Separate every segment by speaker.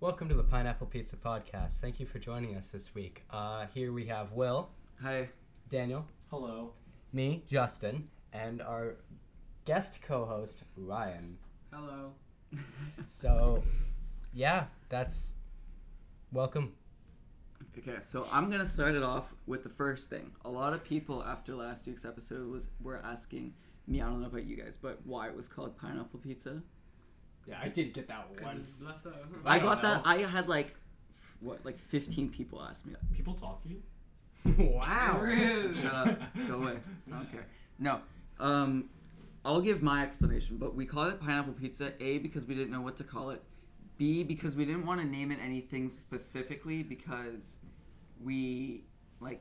Speaker 1: Welcome to the Pineapple Pizza Podcast. Thank you for joining us this week. Uh, here we have Will,
Speaker 2: Hi.
Speaker 1: Daniel,
Speaker 3: Hello.
Speaker 1: me, Justin, and our guest co-host Ryan.
Speaker 2: Hello.
Speaker 1: So, yeah, that's welcome.
Speaker 2: Okay, so I'm gonna start it off with the first thing. A lot of people after last week's episode was were asking me. I don't know about you guys, but why it was called pineapple pizza.
Speaker 3: Yeah, I did get that one.
Speaker 2: I,
Speaker 3: I don't
Speaker 2: got that.
Speaker 3: know.
Speaker 2: I had like, what, like 15 people ask me. that.
Speaker 3: People talk to you?
Speaker 1: wow.
Speaker 4: Rude.
Speaker 2: Shut up. Go away. I don't care. No. Um, I'll give my explanation, but we call it pineapple pizza. A because we didn't know what to call it. B because we didn't want to name it anything specifically because we like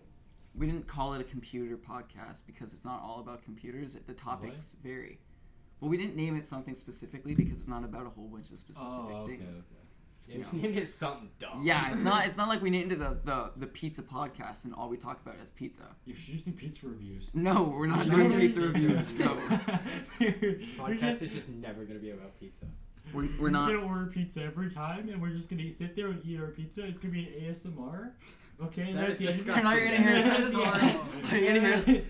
Speaker 2: we didn't call it a computer podcast because it's not all about computers. The topics vary. Well, we didn't name it something specifically because it's not about a whole bunch of specific
Speaker 3: Oh,
Speaker 2: things.
Speaker 1: It was named as something dumb.
Speaker 2: Yeah, it's not. It's not like we named it the, the the pizza podcast and all we talk about is pizza.
Speaker 3: You should just do pizza reviews.
Speaker 2: No, we're not doing pizza reviews. No,
Speaker 3: Podcast
Speaker 4: Podcast is just never gonna be about pizza.
Speaker 2: we're, we're
Speaker 3: We're
Speaker 2: not.
Speaker 3: just gonna order pizza every time, and we're just gonna sit there and eat our pizza. It's gonna be an ASMR. Okay,
Speaker 4: That
Speaker 3: that's
Speaker 4: is
Speaker 3: the
Speaker 2: And now you're gonna hear
Speaker 4: disgusting.
Speaker 2: us.
Speaker 4: That
Speaker 2: You're gonna hear us.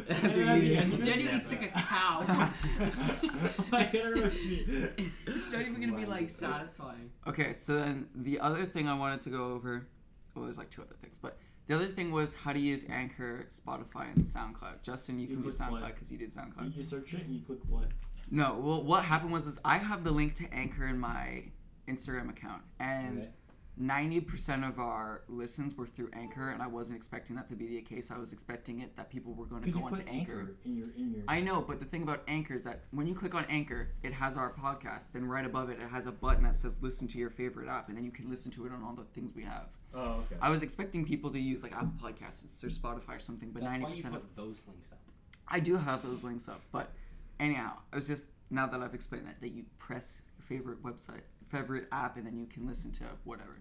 Speaker 2: As we eat it.
Speaker 4: Daniel eats like a cow. it's not even gonna be like satisfying.
Speaker 2: Okay, so then the other thing I wanted to go over, well, there's like two other things, but the other thing was how to use Anchor, Spotify, and SoundCloud. Justin, you,
Speaker 3: You
Speaker 2: can do
Speaker 3: click play.
Speaker 2: SoundCloud because you did SoundCloud.
Speaker 3: You search it and you click what?
Speaker 2: No, well, what happened was is I have the link to Anchor in my Instagram account, and
Speaker 3: Okay.
Speaker 2: ninety percent of our listens were through Anchor, and I wasn't expecting that to be the case. I was expecting it that people were going to
Speaker 3: Because you
Speaker 2: go onto
Speaker 3: put anchor in your in your.
Speaker 2: I know, but the thing about Anchor is that when you click on Anchor, it has our podcast. Then right above it, it has a button that says "Listen to your favorite app," and then you can listen to it on all the things we have.
Speaker 3: Oh, okay.
Speaker 2: I was expecting people to use like Apple Podcasts or Spotify or something, but ninety percent of
Speaker 1: those links up.
Speaker 2: I do have those links up. But anyhow, I was just now that I've explained that that you press your favorite website, favorite app, and then you can listen to whatever.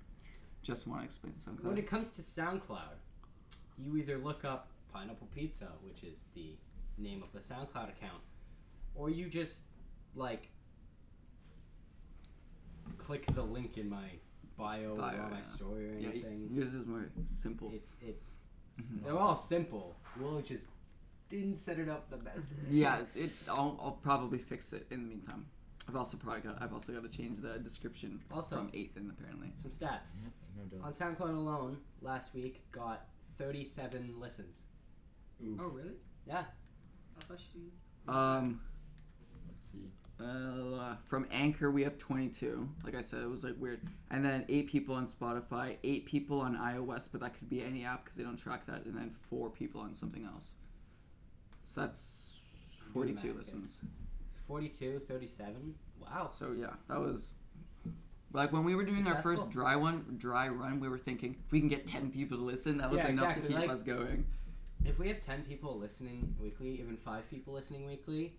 Speaker 2: Just want to explain something.
Speaker 4: When it comes to SoundCloud, you either look up Pineapple Pizza, which is the name of the SoundCloud account, or you just like click the link in my bio,
Speaker 2: Bio,
Speaker 4: or my
Speaker 2: yeah.
Speaker 4: story or
Speaker 2: yeah, y-
Speaker 4: anything.
Speaker 2: yours is more simple.
Speaker 4: It's it's
Speaker 2: Mhm.
Speaker 4: they're all simple. Will just didn't set it up the best. way.
Speaker 2: Yeah, it. I'll, I'll probably fix it in the meantime. I've also probably got. I've also got to change the description
Speaker 4: Also-
Speaker 2: from eighth in apparently.
Speaker 4: Some stats on SoundCloud alone last week got 37 listens.
Speaker 2: Oh,
Speaker 3: Ooh,
Speaker 4: really? Yeah.
Speaker 2: Um,
Speaker 3: let's see.
Speaker 2: uh, from Anchor we have 22. Like I said, it was like weird. And then eight people on Spotify, eight people on iOS, but that could be any app because they don't track that. And then four people on something else. So that's
Speaker 4: the
Speaker 2: 42
Speaker 4: math,
Speaker 2: listens.
Speaker 4: 42, 37. Wow.
Speaker 2: So yeah, that was like when we were doing our first
Speaker 4: Successful.
Speaker 2: dry one, dry run. We were thinking if we can get ten people to listen, that was
Speaker 4: Yeah,
Speaker 2: enough
Speaker 4: exactly,
Speaker 2: to keep
Speaker 4: like-
Speaker 2: us going.
Speaker 4: If we have 10 people listening weekly, even 5 people listening weekly,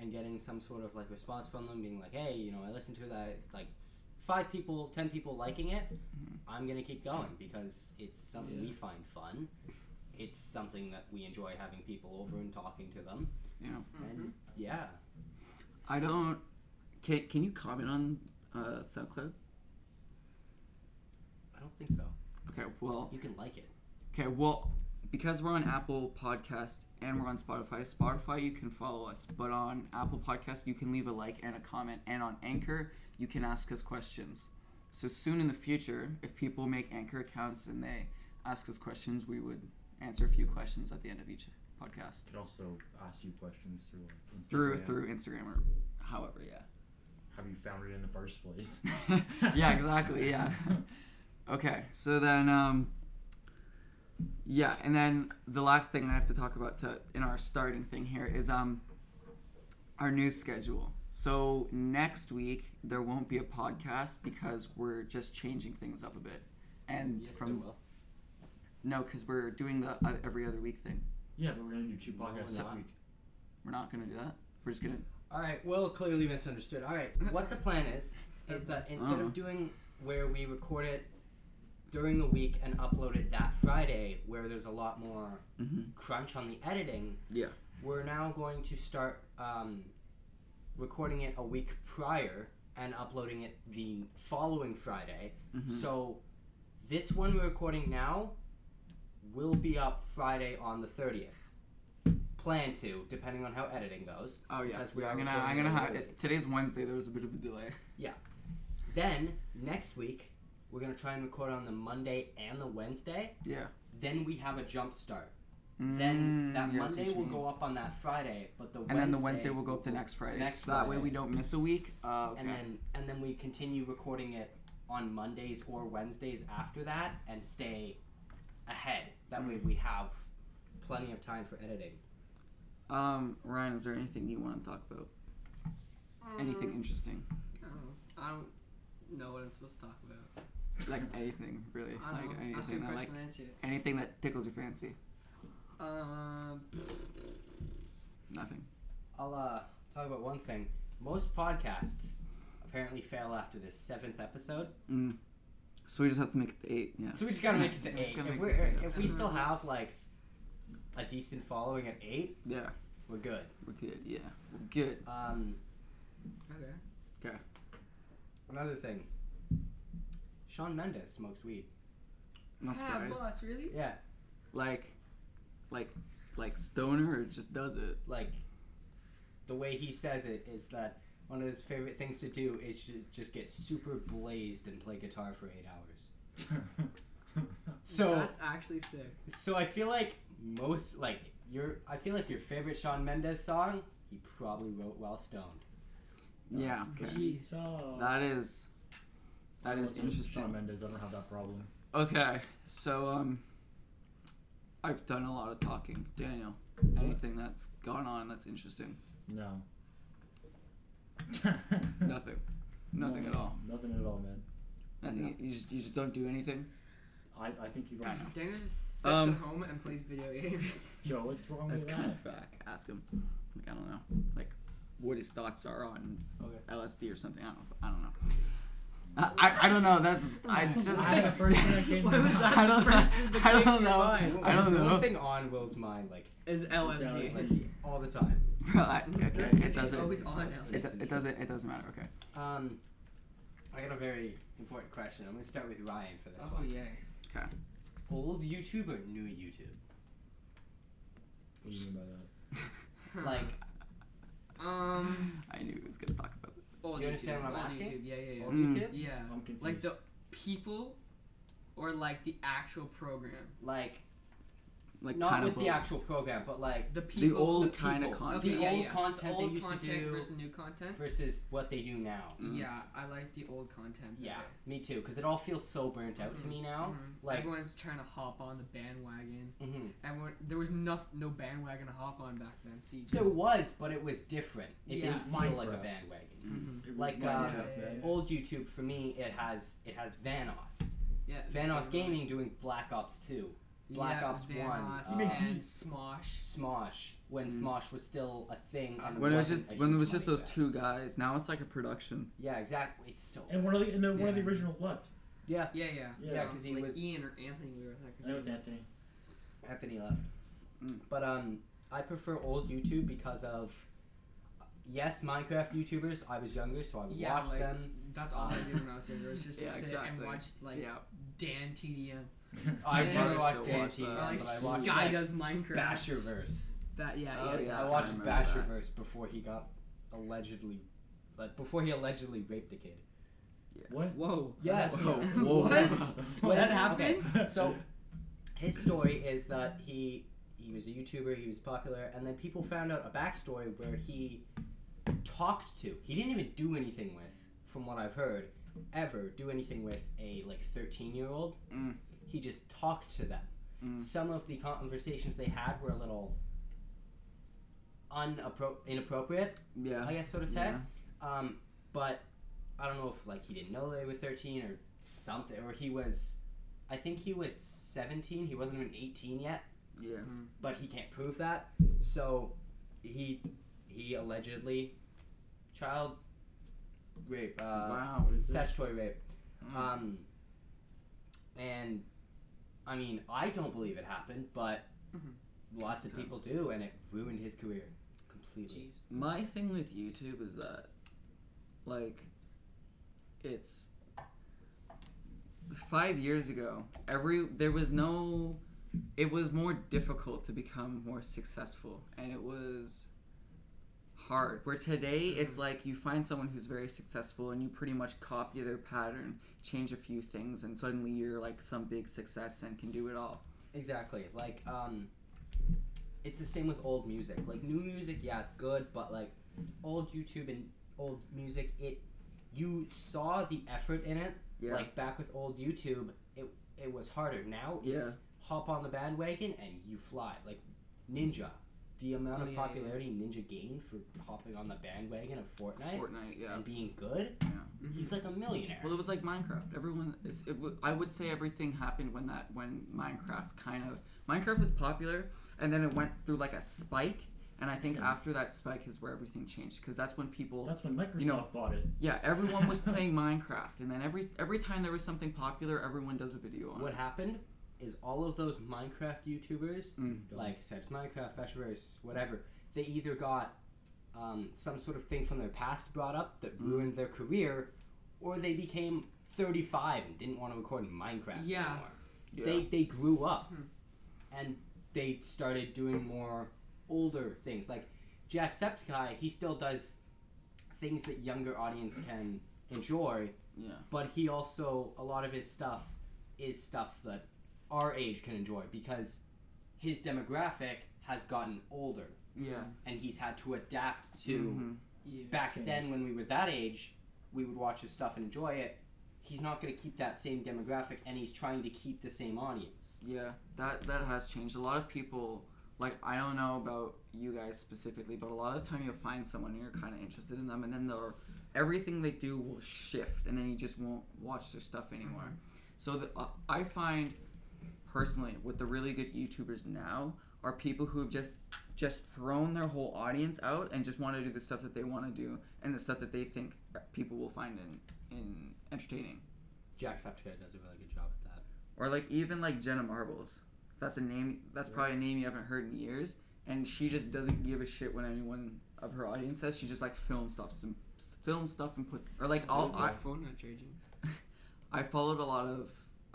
Speaker 4: and getting some sort of like response from them being like, hey, you know, I listened to that, like s- 5 people, 10 people liking it,
Speaker 2: Mhm.
Speaker 4: I'm going to keep going because it's something we find fun. It's something that we enjoy having people over and talking to them.
Speaker 2: Yeah.
Speaker 4: And yeah.
Speaker 2: I don't. Can Can you comment on uh, SoundCloud?
Speaker 4: I don't think so.
Speaker 2: Okay. Well.
Speaker 4: You can like it.
Speaker 2: Okay. Well, because we're on Apple Podcast and we're on Spotify. Spotify, you can follow us, but on Apple Podcast, you can leave a like and a comment, and on Anchor, you can ask us questions. So soon in the future, if people make Anchor accounts and they ask us questions, we would answer a few questions at the end of each podcast
Speaker 5: Could also ask you questions through like, Instagram.
Speaker 2: through through Instagram or however. Yeah.
Speaker 5: Have you found it in the first place?
Speaker 2: yeah, exactly. Yeah. Okay, so then, um, yeah, and then the last thing I have to talk about to, in our starting thing here is um, our new schedule. So next week there won't be a podcast because we're just changing things up a bit, and
Speaker 4: Yes, there
Speaker 2: from
Speaker 4: will.
Speaker 2: no, because we're doing the uh, every other week thing.
Speaker 5: yeah, but we're gonna do two
Speaker 4: No, we're
Speaker 5: podcasts this
Speaker 4: not.
Speaker 5: week.
Speaker 2: We're not gonna do that. We're just gonna
Speaker 4: All right. Well, clearly misunderstood. All right. What the plan is is that instead
Speaker 2: Oh.
Speaker 4: of doing where we record it during the week and upload it that Friday, where there's a lot more
Speaker 2: Mhm.
Speaker 4: crunch on the editing.
Speaker 2: Yeah.
Speaker 4: We're now going to start um, recording it a week prior and uploading it the following Friday.
Speaker 2: Mhm.
Speaker 4: So this one we're recording now will be up Friday on the 30th. Plan to, depending on how editing goes.
Speaker 2: oh yeah,
Speaker 4: because we
Speaker 2: Yeah,
Speaker 4: are
Speaker 2: I'm gonna I'm
Speaker 4: recording
Speaker 2: gonna
Speaker 4: on
Speaker 2: have
Speaker 4: the
Speaker 2: today's Wednesday. There was a bit of a delay.
Speaker 4: Then next week we're gonna try and record on the Monday and the Wednesday.
Speaker 2: Yeah.
Speaker 4: Then we have a jump start. then that
Speaker 2: Mm, yeah, I see
Speaker 4: Monday
Speaker 2: what you
Speaker 4: will
Speaker 2: mean.
Speaker 4: go up on that Friday, but the
Speaker 2: And then the Wednesday will go up the next Friday.
Speaker 4: next
Speaker 2: so that way
Speaker 4: Friday.
Speaker 2: we don't miss a week. Uh, okay.
Speaker 4: and then and then we continue recording it on Mondays or Wednesdays after that and stay ahead. That way
Speaker 2: Mm.
Speaker 4: we have plenty of time for editing.
Speaker 2: um, Ryan, is there anything you want to talk about? Anything interesting?
Speaker 6: Um, I don't know. I don't know what I'm supposed to talk about.
Speaker 2: Like anything, really?
Speaker 6: I
Speaker 2: Like
Speaker 6: don't know. Ask me a
Speaker 2: anything that
Speaker 6: question,
Speaker 2: like
Speaker 6: I answered it.
Speaker 2: anything that tickles your fancy?
Speaker 6: Um,
Speaker 2: Nothing.
Speaker 4: I'll uh, talk about one thing. Most podcasts apparently fail after this seventh episode,
Speaker 2: Mm. So we just have to make it to eight. Yeah.
Speaker 4: so we just gotta make it
Speaker 2: Yeah,
Speaker 4: to
Speaker 2: we just
Speaker 4: eight.
Speaker 2: gotta
Speaker 4: If,
Speaker 2: make
Speaker 4: we
Speaker 2: it to
Speaker 4: if
Speaker 2: eight.
Speaker 4: we still have like a decent following at eight,
Speaker 2: Yeah.
Speaker 4: we're good.
Speaker 2: We're good. Yeah. We're good.
Speaker 4: Um,
Speaker 6: okay.
Speaker 4: another thing. Sean Mendes smokes weed.
Speaker 6: Ah,
Speaker 2: Not surprised.
Speaker 6: boss, really?
Speaker 4: Yeah,
Speaker 2: Like, like, like stoner or just does it?
Speaker 4: like the way he says it is that one of his favorite things to do is ju- just get super blazed and play guitar for eight hours. So
Speaker 6: that's actually sick.
Speaker 4: so I feel like most like your I feel like your favorite Sean Mendes song he probably wrote while stoned.
Speaker 2: Yeah.
Speaker 6: That's
Speaker 2: Okay.
Speaker 6: good. Jeez.
Speaker 3: So,
Speaker 2: That is. That is
Speaker 5: Listen, Shawn
Speaker 2: interesting.
Speaker 5: Mendes, I don't have that problem.
Speaker 2: Okay. So um. I've done a lot of talking, Daniel. Anything that's gone on that's interesting?
Speaker 5: No. Hmm.
Speaker 2: Nothing. Nothing at all.
Speaker 5: Nothing at all, man.
Speaker 2: Nothing. You just you just don't do anything.
Speaker 5: I, I think you've
Speaker 2: I
Speaker 5: already.
Speaker 6: Daniel just sits
Speaker 2: Um,
Speaker 6: at home and plays video games.
Speaker 5: Yo, what's wrong
Speaker 2: That's
Speaker 5: with
Speaker 2: kind
Speaker 5: that?
Speaker 2: of fact. Ask him. Like I don't know. Like what his thoughts are on
Speaker 5: Okay.
Speaker 2: LSD or something. I don't. I don't know. I, I, I don't know. That's I just.
Speaker 5: I- the first thing that came to my mind.
Speaker 2: I don't.
Speaker 6: First thing that
Speaker 2: I
Speaker 6: came to your
Speaker 2: don't know.
Speaker 6: mind.
Speaker 2: I don't
Speaker 4: The only
Speaker 2: know.
Speaker 4: thing on Will's mind like
Speaker 6: Is
Speaker 4: is
Speaker 6: LSD.
Speaker 5: LSD.
Speaker 4: like all the time.
Speaker 2: Bro, I-
Speaker 6: That
Speaker 2: okay, It
Speaker 6: is
Speaker 2: doesn't.
Speaker 6: always on LSD.
Speaker 2: It, do- it doesn't. It doesn't matter. Okay.
Speaker 4: Um, I got a very important question. I'm gonna start with Ryan for this
Speaker 6: Oh
Speaker 4: one.
Speaker 6: yeah.
Speaker 4: Old YouTube or new YouTube?
Speaker 5: What do you mean by that?
Speaker 6: Hmm.
Speaker 4: Like
Speaker 6: um,
Speaker 2: I knew he was gonna talk about this.
Speaker 6: old
Speaker 4: You
Speaker 6: YouTube,
Speaker 4: understand what I'm
Speaker 6: old
Speaker 4: asking?
Speaker 6: YouTube, yeah, yeah, yeah.
Speaker 4: old
Speaker 2: Mm.
Speaker 4: YouTube,
Speaker 6: Yeah,
Speaker 5: I'm confused.
Speaker 6: like the people, or like the actual program.
Speaker 4: like
Speaker 2: Like
Speaker 4: not
Speaker 2: kind
Speaker 4: with
Speaker 2: of
Speaker 4: the actual program, but like
Speaker 6: The
Speaker 2: the
Speaker 6: people.
Speaker 2: old
Speaker 4: the
Speaker 2: kind of
Speaker 4: people.
Speaker 6: okay,
Speaker 2: content.
Speaker 4: the
Speaker 6: yeah,
Speaker 4: old
Speaker 6: yeah.
Speaker 4: content
Speaker 6: old
Speaker 4: they used to
Speaker 6: content
Speaker 4: do-
Speaker 6: versus new content.
Speaker 4: versus what they do now.
Speaker 2: Mm.
Speaker 6: Yeah, I like the old content.
Speaker 4: Yeah,
Speaker 6: better.
Speaker 4: me too. Because it all feels so burnt out to me now.
Speaker 6: Mhm.
Speaker 4: Like,
Speaker 6: everyone's trying to hop on the bandwagon.
Speaker 2: Mm-hmm.
Speaker 4: mhm.
Speaker 6: Everyone, there was no no bandwagon to hop on back then. So you just.
Speaker 4: there was, but it was different. It
Speaker 6: Yeah.
Speaker 4: didn't feel like a
Speaker 5: Minecraft.
Speaker 4: bandwagon.
Speaker 2: Mm-hmm.
Speaker 6: Mhm.
Speaker 5: It was
Speaker 4: Like,
Speaker 5: my
Speaker 4: uh,
Speaker 5: nap, man.
Speaker 4: Old YouTube for me, it has it has Vanos,
Speaker 6: Yeah.
Speaker 4: Vanos
Speaker 6: Vanos.
Speaker 4: Gaming doing Black Ops Two, Black
Speaker 6: yeah,
Speaker 4: Ops 1,
Speaker 6: Vanos
Speaker 4: uh,
Speaker 6: and Smosh.
Speaker 4: Smosh when
Speaker 2: Mm.
Speaker 4: Smosh was still a thing. And
Speaker 2: When it was just
Speaker 4: wasn't a
Speaker 2: when it
Speaker 4: huge
Speaker 2: was just
Speaker 4: money
Speaker 2: those
Speaker 4: grab.
Speaker 2: two guys. Now it's like a production.
Speaker 4: Yeah, exactly. It's so.
Speaker 5: And one of the and then one of the
Speaker 6: Yeah.
Speaker 5: originals left.
Speaker 4: Yeah,
Speaker 6: Yeah, yeah.
Speaker 5: Yeah,
Speaker 6: Um,
Speaker 4: 'cause he
Speaker 6: like
Speaker 4: was-
Speaker 6: Ian or Anthony. We were like.
Speaker 5: I know it's Anthony.
Speaker 4: Anthony E left.
Speaker 2: Mm.
Speaker 4: But um, I prefer old YouTube because of yes, Minecraft YouTubers. I was younger, so I would
Speaker 6: Yeah,
Speaker 4: watch
Speaker 6: like,
Speaker 4: them.
Speaker 6: That's all I did when I was younger. Was just
Speaker 2: Yeah,
Speaker 6: sit
Speaker 2: exactly.
Speaker 6: and watch like
Speaker 2: yeah.
Speaker 6: Dan TDM.
Speaker 2: Oh,
Speaker 4: I
Speaker 6: Yeah.
Speaker 4: never
Speaker 6: I
Speaker 4: watched
Speaker 2: still
Speaker 4: Dan
Speaker 2: watch
Speaker 4: TV,
Speaker 2: that.
Speaker 6: or like
Speaker 4: but I watched
Speaker 6: Sky
Speaker 4: like,
Speaker 6: does Minecraft.
Speaker 4: Basherverse.
Speaker 6: That yeah
Speaker 2: Oh,
Speaker 6: yeah.
Speaker 2: yeah.
Speaker 4: I
Speaker 2: I
Speaker 4: watched
Speaker 2: remember that.
Speaker 4: Basherverse before he got allegedly, like before he allegedly raped a kid.
Speaker 5: What?
Speaker 6: Whoa.
Speaker 4: Yeah.
Speaker 2: Whoa,
Speaker 6: What?
Speaker 2: whoa.
Speaker 6: What that
Speaker 4: Okay,
Speaker 6: happened?
Speaker 4: so his story is that he he was a YouTuber, he was popular, and then people found out a backstory where he talked to. He didn't even do anything with, from what I've heard, ever do anything with a like thirteen year old.
Speaker 2: Mm.
Speaker 4: He just talked to them.
Speaker 2: Mm.
Speaker 4: Some of the conversations they had were a little unappro- inappropriate,
Speaker 2: Yeah.
Speaker 4: I guess, so to say.
Speaker 2: yeah.
Speaker 4: Um, but I don't know if like he didn't know they were thirteen or something, or he was. I think he was seventeen. He wasn't even eighteen yet,
Speaker 2: Yeah.
Speaker 4: but he can't prove that. So he he allegedly child rape, uh,
Speaker 2: wow.
Speaker 5: What is it? Uh,
Speaker 4: statutory rape.
Speaker 2: Mm.
Speaker 4: Um, and I mean, I don't believe it happened, but
Speaker 6: Mhm.
Speaker 4: lots of people do, and it ruined his career completely.
Speaker 6: Jeez.
Speaker 2: My thing with YouTube is that, like, it's five years ago. Every there was no. It was more difficult to become more successful, and it was hard. Where today,
Speaker 4: Mm-hmm.
Speaker 2: it's like you find someone who's very successful, and you pretty much copy their pattern, change a few things, and suddenly you're like some big success and can do it all.
Speaker 4: Exactly. Like, um, it's the same with old music. Like, new music, yeah, it's good, but like, old YouTube and old music, it, you saw the effort in it.
Speaker 2: Yeah.
Speaker 4: Like back with old YouTube, it it was harder. Now,
Speaker 2: Yeah.
Speaker 4: it's hop on the bandwagon and you fly. Like Ninja, the amount
Speaker 6: Oh, Yeah,
Speaker 4: of
Speaker 6: yeah, yeah.
Speaker 4: popularity Ninja gained for hopping on the bandwagon of Fortnite,
Speaker 2: Fortnite, yeah.
Speaker 4: and being good,
Speaker 6: Mm-hmm.
Speaker 4: he's like a millionaire.
Speaker 2: Well, it was like Minecraft. Everyone, it's, it, w- I would say everything happened when that when Minecraft kind of Minecraft was popular, and then it went through like a spike. And I think after that spike is where everything changed because that's when people,
Speaker 5: That's when Microsoft
Speaker 2: You know-
Speaker 5: bought it.
Speaker 2: yeah, everyone was playing Minecraft, and then every every time there was something popular, everyone does a video on
Speaker 4: What
Speaker 2: it.
Speaker 4: happened is all of those Minecraft YouTubers,
Speaker 2: Mm.
Speaker 4: like Sebs Minecraft, Fashionverse, whatever, they either got um, some sort of thing from their past brought up that ruined their career, or they became 35 and didn't want to record in Minecraft
Speaker 6: Yeah.
Speaker 4: anymore.
Speaker 2: Yeah.
Speaker 4: They, they grew up
Speaker 6: Hmm.
Speaker 4: and they started doing more older things. Like Jacksepticeye, he still does things that younger audience can enjoy,
Speaker 2: yeah.
Speaker 4: but he also a lot of his stuff is stuff that our age can enjoy because his demographic has gotten older
Speaker 2: Yeah.
Speaker 4: and he's had to adapt to
Speaker 2: Mhm.
Speaker 6: Yeah.
Speaker 4: back then when we were that age we would watch his stuff and enjoy it he's not going to keep that same demographic and he's trying to keep the same audience
Speaker 2: Yeah, that that has changed. A lot of people, like I don't know about you guys specifically, but a lot of the time you'll find someone and you're kind of interested in them, and then they're everything they do will shift, and then you just won't watch their stuff anymore.
Speaker 6: Mm-hmm.
Speaker 2: So the, uh, I find personally with the really good YouTubers now are people who have just just thrown their whole audience out and just want to do the stuff that they want to do and the stuff that they think people will find in in entertaining.
Speaker 4: jacksepticeye does a really good job at that
Speaker 2: Or like even like Jenna Marbles. That's a name. That's probably a name you haven't heard in years. And she just doesn't give a shit when anyone of her audience says. She just like film stuff, some film stuff and put or like all. I,
Speaker 6: phone not charging.
Speaker 2: I followed a lot of.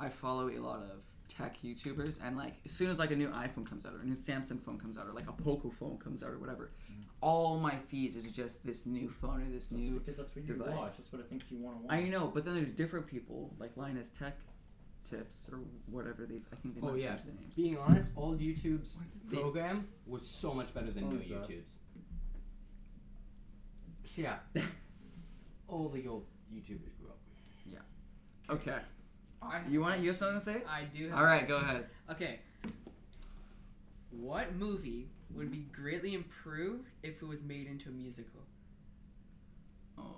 Speaker 2: I follow a lot of tech YouTubers, and like as soon as like a new iPhone comes out or a new Samsung phone comes out or like a Poco phone comes out or whatever,
Speaker 4: Mm.
Speaker 2: all my feed is just this new phone or this
Speaker 5: That's
Speaker 2: new.
Speaker 5: because that's what you
Speaker 2: device.
Speaker 5: watch. That's what I think you want to watch.
Speaker 2: I know, but then there's different people like Linus Tech Tips or whatever they. I think they might
Speaker 4: Oh,
Speaker 2: have
Speaker 4: yeah.
Speaker 2: changed the names.
Speaker 4: being honest old youtube's
Speaker 2: did they-
Speaker 4: program was so much better than
Speaker 5: What
Speaker 4: new
Speaker 5: was that?
Speaker 4: youtube's so yeah all the old youtubers grew up
Speaker 2: Okay.
Speaker 6: I
Speaker 2: You want to use something to say?
Speaker 6: I do.
Speaker 2: All right, go ahead.
Speaker 6: Okay. What movie would be greatly improved if it was made into a musical?
Speaker 2: Oh.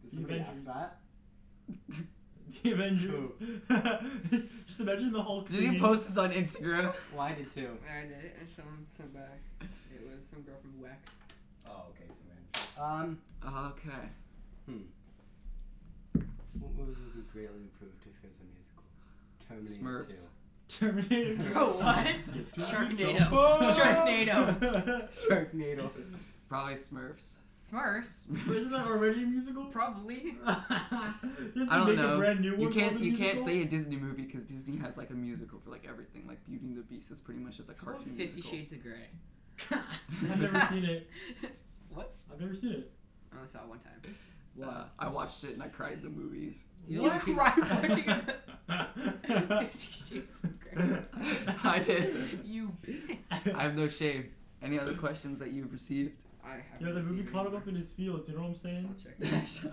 Speaker 4: Did
Speaker 5: The
Speaker 4: somebody ask
Speaker 5: Avengers.
Speaker 4: that?
Speaker 5: The Avengers. Just imagine the Hulk.
Speaker 2: Did you
Speaker 5: singing-
Speaker 2: post this on Instagram?
Speaker 4: Well, I did too.
Speaker 6: I did it. Someone sent back. It was some girl from Wex.
Speaker 4: Oh, okay, so man. Um,
Speaker 2: Okay.
Speaker 4: what movie would be greatly improved if it was a musical? Terminator
Speaker 2: Smurfs.
Speaker 5: Terminator.
Speaker 6: Bro, what? Sharknado.
Speaker 5: Whoa!
Speaker 6: Sharknado.
Speaker 4: Sharknado.
Speaker 2: Probably Smurfs.
Speaker 6: Smurfs.
Speaker 5: Isn't that already a musical?
Speaker 6: Probably.
Speaker 5: I
Speaker 2: I don't
Speaker 5: A
Speaker 2: know.
Speaker 5: brand new one
Speaker 2: you
Speaker 5: called
Speaker 2: can't.
Speaker 5: a
Speaker 2: You can't
Speaker 5: musical?
Speaker 2: say a Disney movie because Disney has like a musical for like everything. Like Beauty and the Beast is pretty much just a
Speaker 6: How about
Speaker 2: cartoon.
Speaker 6: Fifty
Speaker 2: musical.
Speaker 6: Shades of Grey.
Speaker 5: I've never seen it.
Speaker 6: what?
Speaker 5: I've never seen it.
Speaker 6: I only saw it one time.
Speaker 2: Uh, I watched it and I cried in the movies.
Speaker 4: You
Speaker 6: What?
Speaker 4: didn't see-
Speaker 6: Cry watching it. Fifty Shades of Grey.
Speaker 2: I did.
Speaker 6: You bitch.
Speaker 2: I have no shame. Any other questions that you've received?
Speaker 6: I have.
Speaker 5: Yeah, the movie caught him up
Speaker 6: In-
Speaker 5: in his fields. You know what I'm saying?
Speaker 6: I'll check.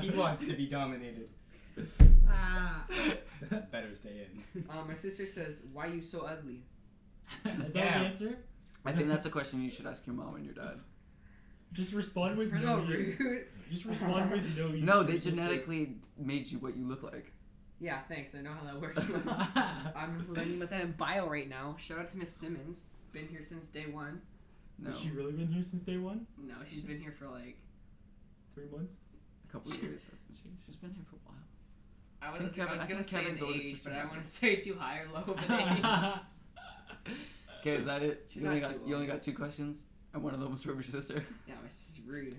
Speaker 4: He wants to be dominated.
Speaker 6: Ah.
Speaker 4: Better stay in.
Speaker 6: Uh, my sister says, "Why you so ugly?"
Speaker 5: Is that the
Speaker 4: Yeah.
Speaker 5: answer?
Speaker 2: I think that's a question you should ask your mom and your dad.
Speaker 5: Just respond with
Speaker 6: First of
Speaker 5: no.
Speaker 6: all,
Speaker 5: you.
Speaker 6: rude.
Speaker 5: Just respond with no. you
Speaker 2: No,
Speaker 5: to
Speaker 2: they
Speaker 5: your sister.
Speaker 2: genetically made you what you look like.
Speaker 6: Yeah, thanks. I know how that works. I'm learning about that in bio right now. Shout out to Miss Simmons. Been here since day one.
Speaker 2: No,
Speaker 5: Has she really been here since day one?
Speaker 6: No, she's been here for like
Speaker 5: Three months.
Speaker 2: a couple of years, hasn't she? She's been here for a while.
Speaker 6: I was,
Speaker 2: think Kevin-
Speaker 6: I was
Speaker 2: I
Speaker 6: gonna
Speaker 2: think
Speaker 6: say
Speaker 2: Kevin's
Speaker 6: an
Speaker 2: older
Speaker 6: age,
Speaker 2: sister
Speaker 6: but I
Speaker 2: had
Speaker 6: don't
Speaker 2: one.
Speaker 6: want to say too high or low of an age.
Speaker 2: Okay, is that it?
Speaker 6: She's
Speaker 2: You only
Speaker 6: not
Speaker 2: got
Speaker 6: too
Speaker 2: you only
Speaker 6: old.
Speaker 2: got two questions, and one of them was from your sister.
Speaker 6: Yeah, it's just rude.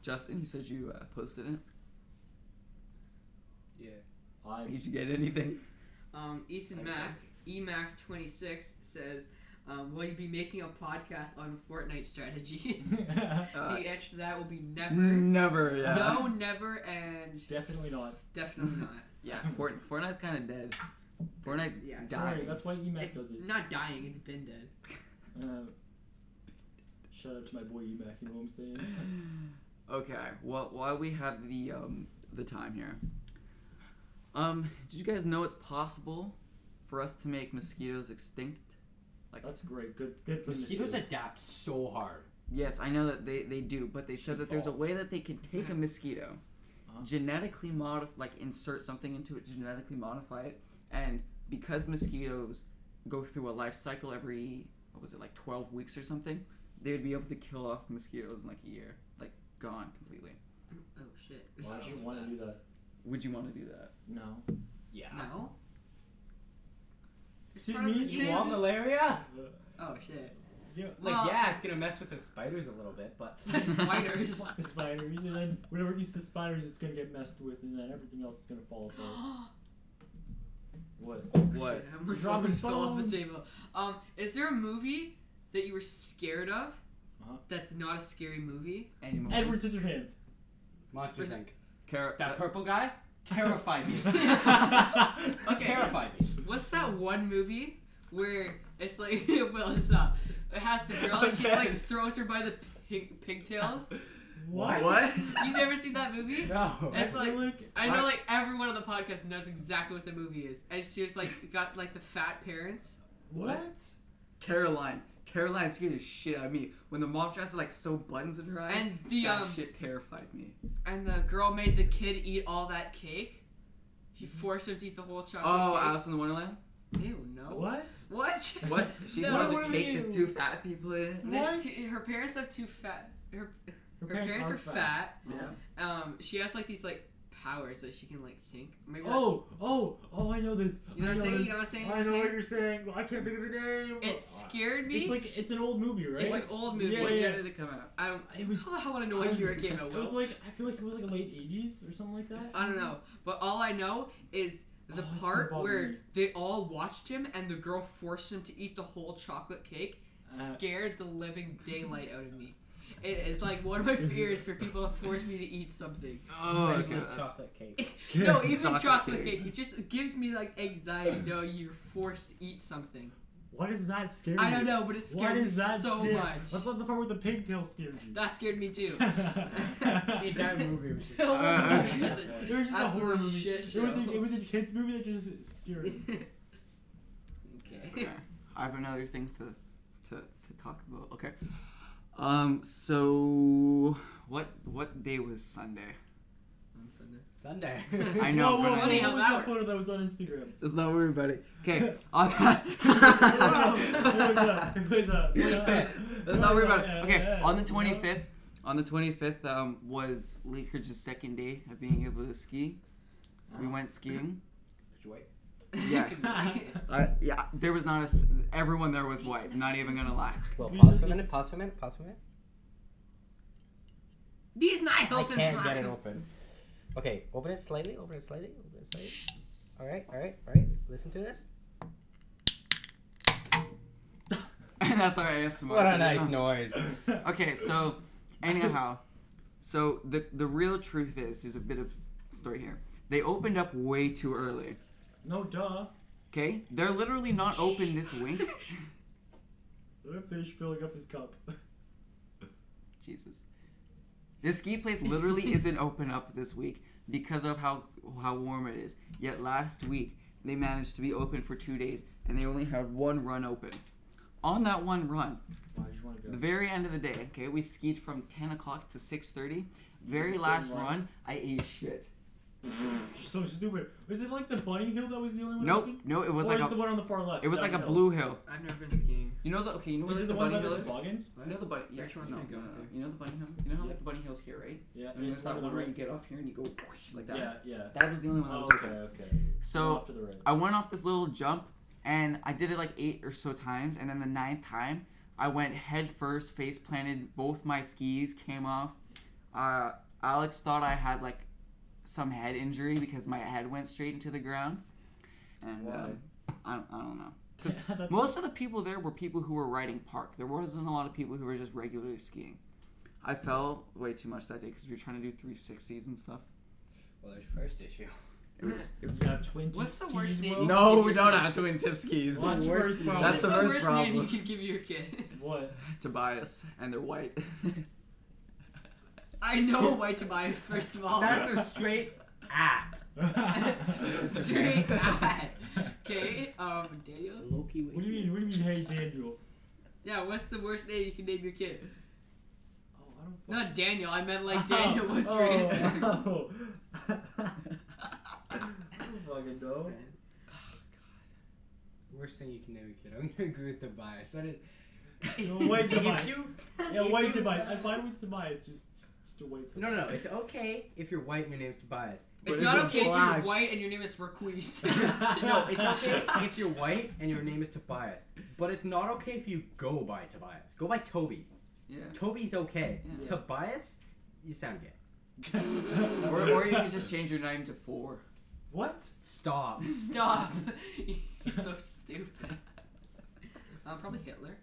Speaker 2: Justin, you said you uh, posted it.
Speaker 5: I'm
Speaker 2: You should get anything.
Speaker 6: Um, Easton Mac, EMAC26 says, um, will you be making a podcast on Fortnite strategies?
Speaker 2: Uh,
Speaker 6: the answer to that will be never.
Speaker 2: never. Yeah.
Speaker 6: No, never, and
Speaker 5: definitely not.
Speaker 6: definitely not.
Speaker 2: Yeah. Fort, Fortnite's kind of dead. Fortnite's
Speaker 6: Yeah, it's
Speaker 5: Sorry,
Speaker 2: dying.
Speaker 5: that's why Emac
Speaker 6: It's
Speaker 5: does it.
Speaker 6: not dying, it's been dead.
Speaker 5: Um, shout out to my boy Emac. You know what I'm saying?
Speaker 2: Okay. Well, while we have the um, the time here, um, did you guys know it's possible for us to make mosquitoes extinct?
Speaker 5: That's great. Good. Good for
Speaker 4: Mosquitoes
Speaker 5: Mosquito.
Speaker 4: adapt so hard.
Speaker 2: Yes, I know that they, they do, but they said that there's a way that they can take a mosquito,
Speaker 5: Uh-huh.
Speaker 2: genetically modify, like insert something into it, genetically modify it, and because mosquitoes go through a life cycle every what was it like 12 weeks or something, they would be able to kill off mosquitoes in like a year, like gone completely.
Speaker 6: Oh, shit.
Speaker 5: Why would you want to do that?
Speaker 2: Would you want to do that?
Speaker 5: No.
Speaker 4: Yeah.
Speaker 6: No?
Speaker 5: Excuse
Speaker 6: part of
Speaker 5: me?
Speaker 6: the
Speaker 4: You want
Speaker 6: game.
Speaker 4: malaria?
Speaker 6: Oh, shit.
Speaker 4: Like,
Speaker 6: Well-
Speaker 4: yeah, it's gonna mess with the spiders a little bit, but
Speaker 6: The spiders.
Speaker 5: The spiders, and then whatever eats the spiders, it's gonna get messed with, and then everything else is gonna fall apart. What?
Speaker 2: What?
Speaker 6: Shit, my phone
Speaker 5: Dropping
Speaker 6: just fell off the
Speaker 5: phone.
Speaker 6: table. Um, is there a movie that you were scared of
Speaker 5: Uh-huh.
Speaker 6: that's not a scary movie?
Speaker 2: Anymore?
Speaker 5: Edward Scissorhands.
Speaker 4: Monsters Inc.
Speaker 2: Car-
Speaker 4: That
Speaker 2: uh,
Speaker 4: purple guy terrified me.
Speaker 6: Okay.
Speaker 4: Terrified me.
Speaker 6: What's that one movie where it's like, well, it's not. It has the girl and she just
Speaker 2: Okay.
Speaker 6: like throws her by the pig- pigtails.
Speaker 5: What?
Speaker 2: What?
Speaker 6: You've never seen that movie?
Speaker 4: No.
Speaker 5: I
Speaker 6: It's like-
Speaker 5: feel like
Speaker 6: I know like everyone on the podcast knows exactly what the movie is. And she was like got like the fat parents.
Speaker 5: what?
Speaker 2: Caroline. Caroline scared the shit out of me when the mom tries to like sew buttons in her eyes.
Speaker 6: And the
Speaker 2: that
Speaker 6: um
Speaker 2: shit terrified me.
Speaker 6: and the girl made the kid eat all that cake. She
Speaker 5: Mm-hmm.
Speaker 6: forced him to eat the whole chocolate.
Speaker 2: Oh,
Speaker 6: cake.
Speaker 2: Alice in the Wonderland.
Speaker 6: Ew, no.
Speaker 5: What?
Speaker 6: What?
Speaker 2: What? She
Speaker 6: No.
Speaker 2: throws
Speaker 5: What
Speaker 2: a
Speaker 5: were
Speaker 2: cake. There's
Speaker 5: you-
Speaker 2: two fat people in it.
Speaker 6: There's
Speaker 5: What?
Speaker 6: two- her parents have two fat. Her, her,
Speaker 5: Her
Speaker 6: parents,
Speaker 5: aren't
Speaker 6: are fat. Um, she has like these like powers that she can like think. Maybe that's-
Speaker 5: Oh, oh, oh! I know this.
Speaker 6: you know
Speaker 5: I
Speaker 6: what I'm
Speaker 5: know
Speaker 6: saying?
Speaker 5: This.
Speaker 6: You know what I'm saying?
Speaker 5: I know what you're saying. I can't think of the name.
Speaker 6: It scared me.
Speaker 5: It's like it's an old movie, right?
Speaker 6: It's an old movie.
Speaker 5: Yeah,
Speaker 2: What
Speaker 5: yeah,
Speaker 2: year
Speaker 5: yeah.
Speaker 2: did it come out?
Speaker 6: I don't.
Speaker 5: It was-
Speaker 6: how the hell would I know what year it came out?
Speaker 5: It was
Speaker 6: Will?
Speaker 5: like I feel like it was like late '80s or something like that.
Speaker 6: I don't know. But all I know is
Speaker 5: Oh,
Speaker 6: the
Speaker 5: it's gonna
Speaker 6: part
Speaker 5: bother
Speaker 6: where
Speaker 5: me.
Speaker 6: they all watched him and the girl forced him to eat the whole chocolate cake
Speaker 5: Uh,
Speaker 6: scared the living daylight out of me. It is like one of my fears for people to force me to eat something.
Speaker 2: Oh,
Speaker 4: Just
Speaker 2: okay,
Speaker 4: want
Speaker 2: that's-
Speaker 4: chocolate cake.
Speaker 6: no,
Speaker 2: some
Speaker 6: even
Speaker 2: chocolate
Speaker 6: chocolate,
Speaker 2: cake.
Speaker 6: cake. It just gives me like anxiety. No, you're forced to eat something.
Speaker 5: What is that scary?
Speaker 6: I don't know, but it
Speaker 5: What
Speaker 6: scared me
Speaker 5: is that
Speaker 6: so
Speaker 5: scary? I
Speaker 6: much.
Speaker 5: thought the Uh, part with the pigtail scared you.
Speaker 6: That scared me too.
Speaker 4: The entire movie was just.
Speaker 6: The whole
Speaker 2: Uh,
Speaker 6: movie was
Speaker 5: okay.
Speaker 6: just a-
Speaker 5: It was just a horror
Speaker 6: Absolute
Speaker 5: movie.
Speaker 6: shit
Speaker 5: it, was
Speaker 6: show.
Speaker 5: a, it was a kids movie that just scared me.
Speaker 6: okay.
Speaker 2: Okay. I have another thing to, to, to talk about. Okay. Um. So, what what day was Sunday?
Speaker 4: Sunday.
Speaker 2: I know.
Speaker 5: Whoa,
Speaker 2: but
Speaker 5: whoa,
Speaker 2: I-
Speaker 5: whoa,
Speaker 6: Funny
Speaker 5: what
Speaker 6: how
Speaker 5: was
Speaker 6: that
Speaker 5: that photo that was on Instagram?
Speaker 2: Let's not worry about it. Okay. On
Speaker 5: it was a. It was a.
Speaker 2: Let's not worry about it.
Speaker 5: Yeah,
Speaker 2: Okay,
Speaker 5: yeah,
Speaker 2: on the
Speaker 5: you know?
Speaker 2: 25th, on the 25th um, was Lakeridge's second day of being able to ski. We went skiing. Yes. Uh, yeah, there was not a. s- Everyone there was white. I'm not even gonna lie.
Speaker 4: Well,
Speaker 5: We
Speaker 4: pause
Speaker 5: just-
Speaker 4: for a minute. Pause for a minute. Pause for a minute.
Speaker 6: These not
Speaker 4: I
Speaker 6: helping
Speaker 4: can't get
Speaker 6: slack.
Speaker 4: it open. Okay, open it slightly. Open it slightly. Open it slightly. All right. All right. All right. Listen to this.
Speaker 2: And that's our ASMR.
Speaker 4: What a
Speaker 2: video.
Speaker 4: nice noise.
Speaker 2: Okay, so anyhow, so the the real truth is there's a bit of story here. They opened up way too early.
Speaker 5: No, duh.
Speaker 2: Okay, they're literally not open this week.
Speaker 5: Let him finish filling up his cup.
Speaker 2: Jesus. This ski place literally isn't open up this week because of how how warm it is. Yet last week they managed to be open for two days and they only had one run open. On that one run,
Speaker 5: Why did you want to
Speaker 2: the
Speaker 5: go?
Speaker 2: very end of the day, okay, we skied from ten o'clock to six thirty. Very
Speaker 5: the same
Speaker 2: last
Speaker 5: run?
Speaker 2: run, I ate shit.
Speaker 5: so stupid. Was it like the bunny hill that was the only one?
Speaker 2: Nope,
Speaker 5: open?
Speaker 2: no, it was
Speaker 5: or
Speaker 2: like
Speaker 5: is it the
Speaker 2: a
Speaker 5: one on the far left.
Speaker 2: it was like a
Speaker 5: downhill?
Speaker 2: blue hill.
Speaker 6: I've never been skiing.
Speaker 2: You know the okay, you know
Speaker 5: Is
Speaker 2: where like,
Speaker 5: it the
Speaker 2: the
Speaker 5: one
Speaker 2: bunny
Speaker 5: by
Speaker 2: hill
Speaker 5: the
Speaker 2: is?
Speaker 5: toboggans?
Speaker 2: You know the bunny yeah,
Speaker 6: Which one's
Speaker 2: no,
Speaker 6: gonna go
Speaker 2: no, no,
Speaker 6: there?
Speaker 2: You know the bunny hill? You know how like the bunny hill's here, right?
Speaker 5: Yeah.
Speaker 2: And there's
Speaker 5: it's
Speaker 2: that
Speaker 5: on the
Speaker 2: one where you
Speaker 5: right.
Speaker 2: get off here and you go like that.
Speaker 5: Yeah, yeah.
Speaker 2: That was the only one that
Speaker 5: Oh,
Speaker 2: was
Speaker 5: okay,
Speaker 2: open.
Speaker 5: okay.
Speaker 2: So
Speaker 5: Off to the right.
Speaker 2: I went off this little jump and I did it like eight or so times. And then the ninth time, I went head first, face planted. Both my skis came off. Uh, Alex thought I had like some head injury because my head went straight into the ground. And
Speaker 4: Why?
Speaker 2: um, I, I don't know. 'Cause
Speaker 5: That's-
Speaker 2: most of the people there were people who were riding park. There wasn't a lot of people who were just regularly skiing. I fell way too much that day because we were trying to do 360s and stuff.
Speaker 4: Well, there's your first issue.
Speaker 2: It was, it was
Speaker 5: You have twin
Speaker 6: What's
Speaker 5: teeth
Speaker 6: the worst
Speaker 5: skis,
Speaker 6: name?
Speaker 5: Will?
Speaker 2: no, we don't have to win tip skis.
Speaker 5: Well, that's the
Speaker 4: Worst
Speaker 5: worst
Speaker 4: name.
Speaker 5: problem.
Speaker 2: That's the worst
Speaker 6: worst name
Speaker 2: problem.
Speaker 6: you could give your kid.
Speaker 5: What?
Speaker 2: Tobias, and they're white.
Speaker 6: I know white Tobias first of all.
Speaker 4: That's a straight at.
Speaker 6: Straight at. Okay, um, Daniel.
Speaker 4: Loki.
Speaker 5: What do you mean? What do you mean? Hey, Daniel.
Speaker 6: Yeah, what's the worst name you can name your kid?
Speaker 5: Oh, I don't.
Speaker 6: Not Daniel. I meant like
Speaker 5: Oh,
Speaker 6: Daniel. What's your answer?
Speaker 5: Oh. I don't fucking know.
Speaker 4: Worst thing you can name a kid. I'm gonna agree with the bias. That is.
Speaker 5: Well, wait,
Speaker 4: if
Speaker 5: Tobias.
Speaker 4: you
Speaker 5: Yeah, white Tobias. I'm fine with Tobias. Just, just a white.
Speaker 4: no, no, no. It's okay if you're white. and Your name's Tobias.
Speaker 2: But
Speaker 6: It's
Speaker 2: if
Speaker 6: not
Speaker 2: you're
Speaker 6: okay if
Speaker 2: black-
Speaker 6: you're white and your name is Raquise.
Speaker 4: no, it's okay if you're white and your name is Tobias. But it's not okay if you go by Tobias. Go by Toby.
Speaker 2: yeah.
Speaker 4: Toby's okay.
Speaker 2: Yeah.
Speaker 4: Tobias, you sound gay.
Speaker 5: Tobias.
Speaker 2: Or, or you can just change your name to four.
Speaker 5: What?
Speaker 4: Stop.
Speaker 6: Stop. You're so stupid. Um, probably Hitler.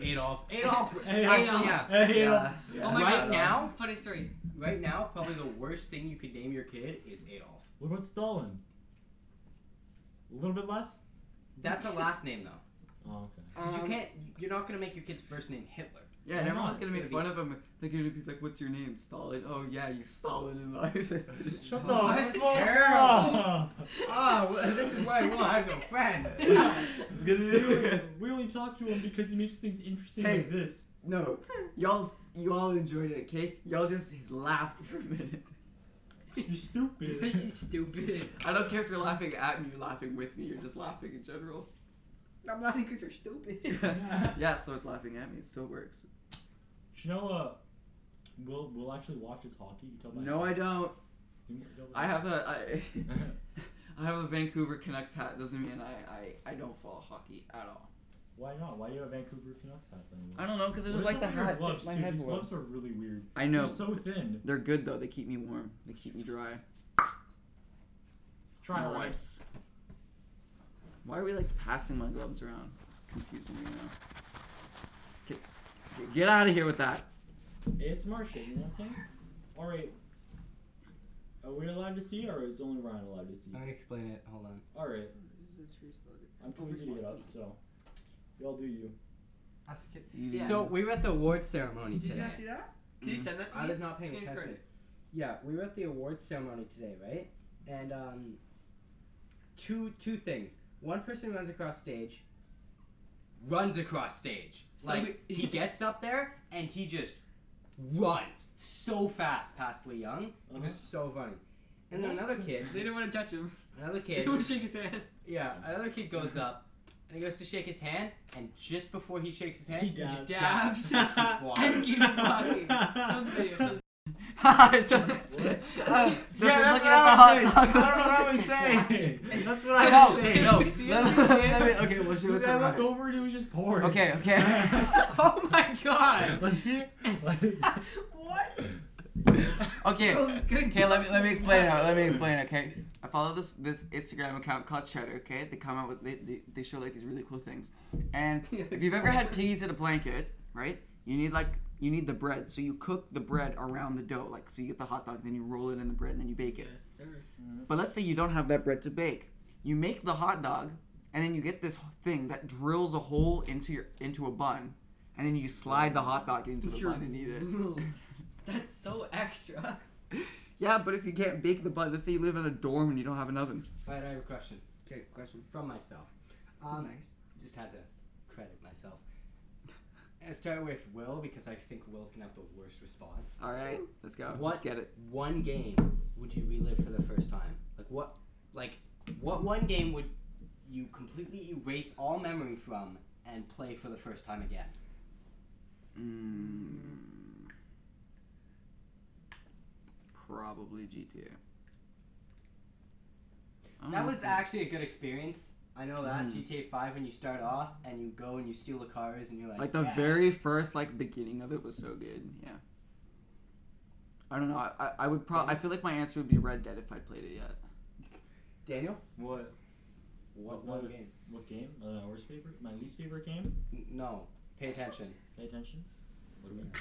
Speaker 4: Adolf. Adolf.
Speaker 5: Hey,
Speaker 4: Actually,
Speaker 6: Adolf.
Speaker 4: yeah.
Speaker 5: Hey,
Speaker 2: Yeah. yeah.
Speaker 6: Oh my
Speaker 4: right
Speaker 6: God.
Speaker 4: now,
Speaker 6: Funny story.
Speaker 4: right now, probably the worst thing you could name your kid is Adolf.
Speaker 5: What about Stalin? A little bit less.
Speaker 4: That's a last name though.
Speaker 5: Oh, okay.
Speaker 4: 'Cause
Speaker 2: Um,
Speaker 4: you can't. You're not gonna make your kid's first name Hitler.
Speaker 2: Yeah,
Speaker 5: Why
Speaker 2: and everyone's
Speaker 5: not?
Speaker 2: gonna make
Speaker 4: It'd be-
Speaker 2: fun of him. They're gonna be like, "What's your name, Stalin?" Oh yeah, you Stalin in life. It's-
Speaker 5: Shut the
Speaker 4: Oh,
Speaker 5: fuck
Speaker 4: that's terrible.
Speaker 5: up.
Speaker 4: Oh, well, this is why we won't have no friends.
Speaker 2: It's gonna be
Speaker 5: We only talk to him because he makes things interesting
Speaker 2: Hey.
Speaker 5: like this.
Speaker 2: no, y'all, you all enjoyed it, okay? Y'all just laughed for a minute.
Speaker 5: You're
Speaker 6: Because
Speaker 5: stupid.
Speaker 6: she's stupid.
Speaker 2: I don't care if you're laughing at me, you're laughing with me, you're just laughing in general.
Speaker 6: I'm laughing because you're stupid.
Speaker 2: yeah, so it's laughing at me. It still works.
Speaker 5: you know, uh, Will Will actually watches hockey. You tell by
Speaker 2: No, I
Speaker 5: his-
Speaker 2: don't.
Speaker 5: You don't-
Speaker 2: I have a I, I have a Vancouver Canucks hat. Doesn't mean I I, I don't follow hockey at all.
Speaker 5: Why not? Why do you have Vancouver Canucks hat then?
Speaker 2: I don't know because I
Speaker 5: What
Speaker 2: just
Speaker 5: is
Speaker 2: like the
Speaker 5: up with your
Speaker 2: hat.
Speaker 5: Gloves,
Speaker 2: It's my
Speaker 5: dude?
Speaker 2: head
Speaker 5: These
Speaker 2: warm.
Speaker 5: gloves are really weird.
Speaker 2: I know.
Speaker 5: They're so thin.
Speaker 2: They're good though. They keep me warm. They keep me dry.
Speaker 5: Try it.
Speaker 2: Why are we like passing my gloves around? It's confusing me now. Get, get, get out of here with that.
Speaker 5: It's Martian, you know what I'm saying? Alright. Are we allowed to see, or is only Ryan allowed to see?
Speaker 4: I'm gonna explain it. Hold on.
Speaker 5: Alright. I'm too
Speaker 6: Over
Speaker 5: busy to get
Speaker 6: one
Speaker 5: up,
Speaker 6: week.
Speaker 5: so. Y'all do you.
Speaker 6: Yeah.
Speaker 4: So we were at the awards ceremony
Speaker 6: Did
Speaker 4: today.
Speaker 6: you not see that? Can you
Speaker 2: Mm.
Speaker 6: send that to
Speaker 4: Mm-hmm.
Speaker 6: me?
Speaker 4: I was not paying
Speaker 6: Screen
Speaker 4: attention.
Speaker 6: credit.
Speaker 4: Yeah, we were at the awards ceremony today, right? And um, two two things. One person runs across stage. Runs across stage.
Speaker 6: So
Speaker 4: like
Speaker 6: we-
Speaker 4: he gets up there and he just runs so fast past Lee Young. It was so funny. And then another kid,
Speaker 6: They didn't want to touch him.
Speaker 4: another
Speaker 6: They
Speaker 4: kid,
Speaker 6: would shake his hand.
Speaker 4: yeah, another kid goes up and he goes to shake his hand, and just before he shakes his hand,
Speaker 5: Uh-huh. He
Speaker 4: just
Speaker 6: dabs.
Speaker 4: dabs. and keeps walking.
Speaker 6: and keeps walking. Show the video. Show
Speaker 2: just, just
Speaker 4: Yeah,
Speaker 2: looking
Speaker 4: that's
Speaker 2: at the hot
Speaker 4: what
Speaker 2: dog.
Speaker 4: I was saying. That's what I was
Speaker 2: No,
Speaker 4: saying.
Speaker 2: no.
Speaker 6: You see
Speaker 2: Let,
Speaker 6: it? You see
Speaker 2: let
Speaker 6: it?
Speaker 2: me, okay, we'll show it
Speaker 5: Dude,
Speaker 2: to
Speaker 5: I looked
Speaker 2: Ryan.
Speaker 5: over and it was just pouring.
Speaker 2: Okay, okay.
Speaker 6: the- oh my god.
Speaker 5: Let's see it. Let's-
Speaker 6: what?
Speaker 2: Okay.
Speaker 6: That was good.
Speaker 2: Okay, let me let me explain it. Let me explain it. Okay, Oh, I follow this this Instagram account called Cheddar. Okay, they come out with they, they, they show like these really cool things, and if you've ever had peas in a blanket, right? You need like you need the bread, so you cook the bread around the dough, like so you get the hot dog, then you roll it in the bread, and then you bake it.
Speaker 6: sir.
Speaker 2: But let's say you don't have that bread to bake, you make the hot dog, and then you get this thing that drills a hole into your into a bun, and then you slide the hot dog into the bun and eat it.
Speaker 6: That's so extra.
Speaker 2: Yeah, but if you can't bake the bun, let's say you live in a dorm and you don't have an oven.
Speaker 4: Alright, I have a question. Okay, question from myself. Um,
Speaker 2: nice.
Speaker 4: Just had to credit myself. I start with Will because I think Will's gonna have the worst response.
Speaker 2: All right, let's go. Let's
Speaker 4: What?
Speaker 2: get it.
Speaker 4: One game would you relive for the first time? Like what? Like what one game would you completely erase all memory from and play for the first time again?
Speaker 2: Mm, probably GTA. I don't
Speaker 4: That
Speaker 2: know
Speaker 4: was
Speaker 2: if-
Speaker 4: actually a good experience. I know that
Speaker 2: Mm.
Speaker 4: GTA Five when you start off and you go and you steal the cars and you're like
Speaker 2: like the
Speaker 4: "Yeah."
Speaker 2: very first like beginning of it was so good. Yeah. I don't know. I, I, I would probably. I feel like my answer would be Red Dead if I played it yet.
Speaker 4: Daniel,
Speaker 5: What?
Speaker 4: what
Speaker 5: What-
Speaker 4: one game?
Speaker 5: What game? Uh, worst favorite? My least favorite game?
Speaker 4: N- No, pay attention.
Speaker 5: Pay attention. What do you mean?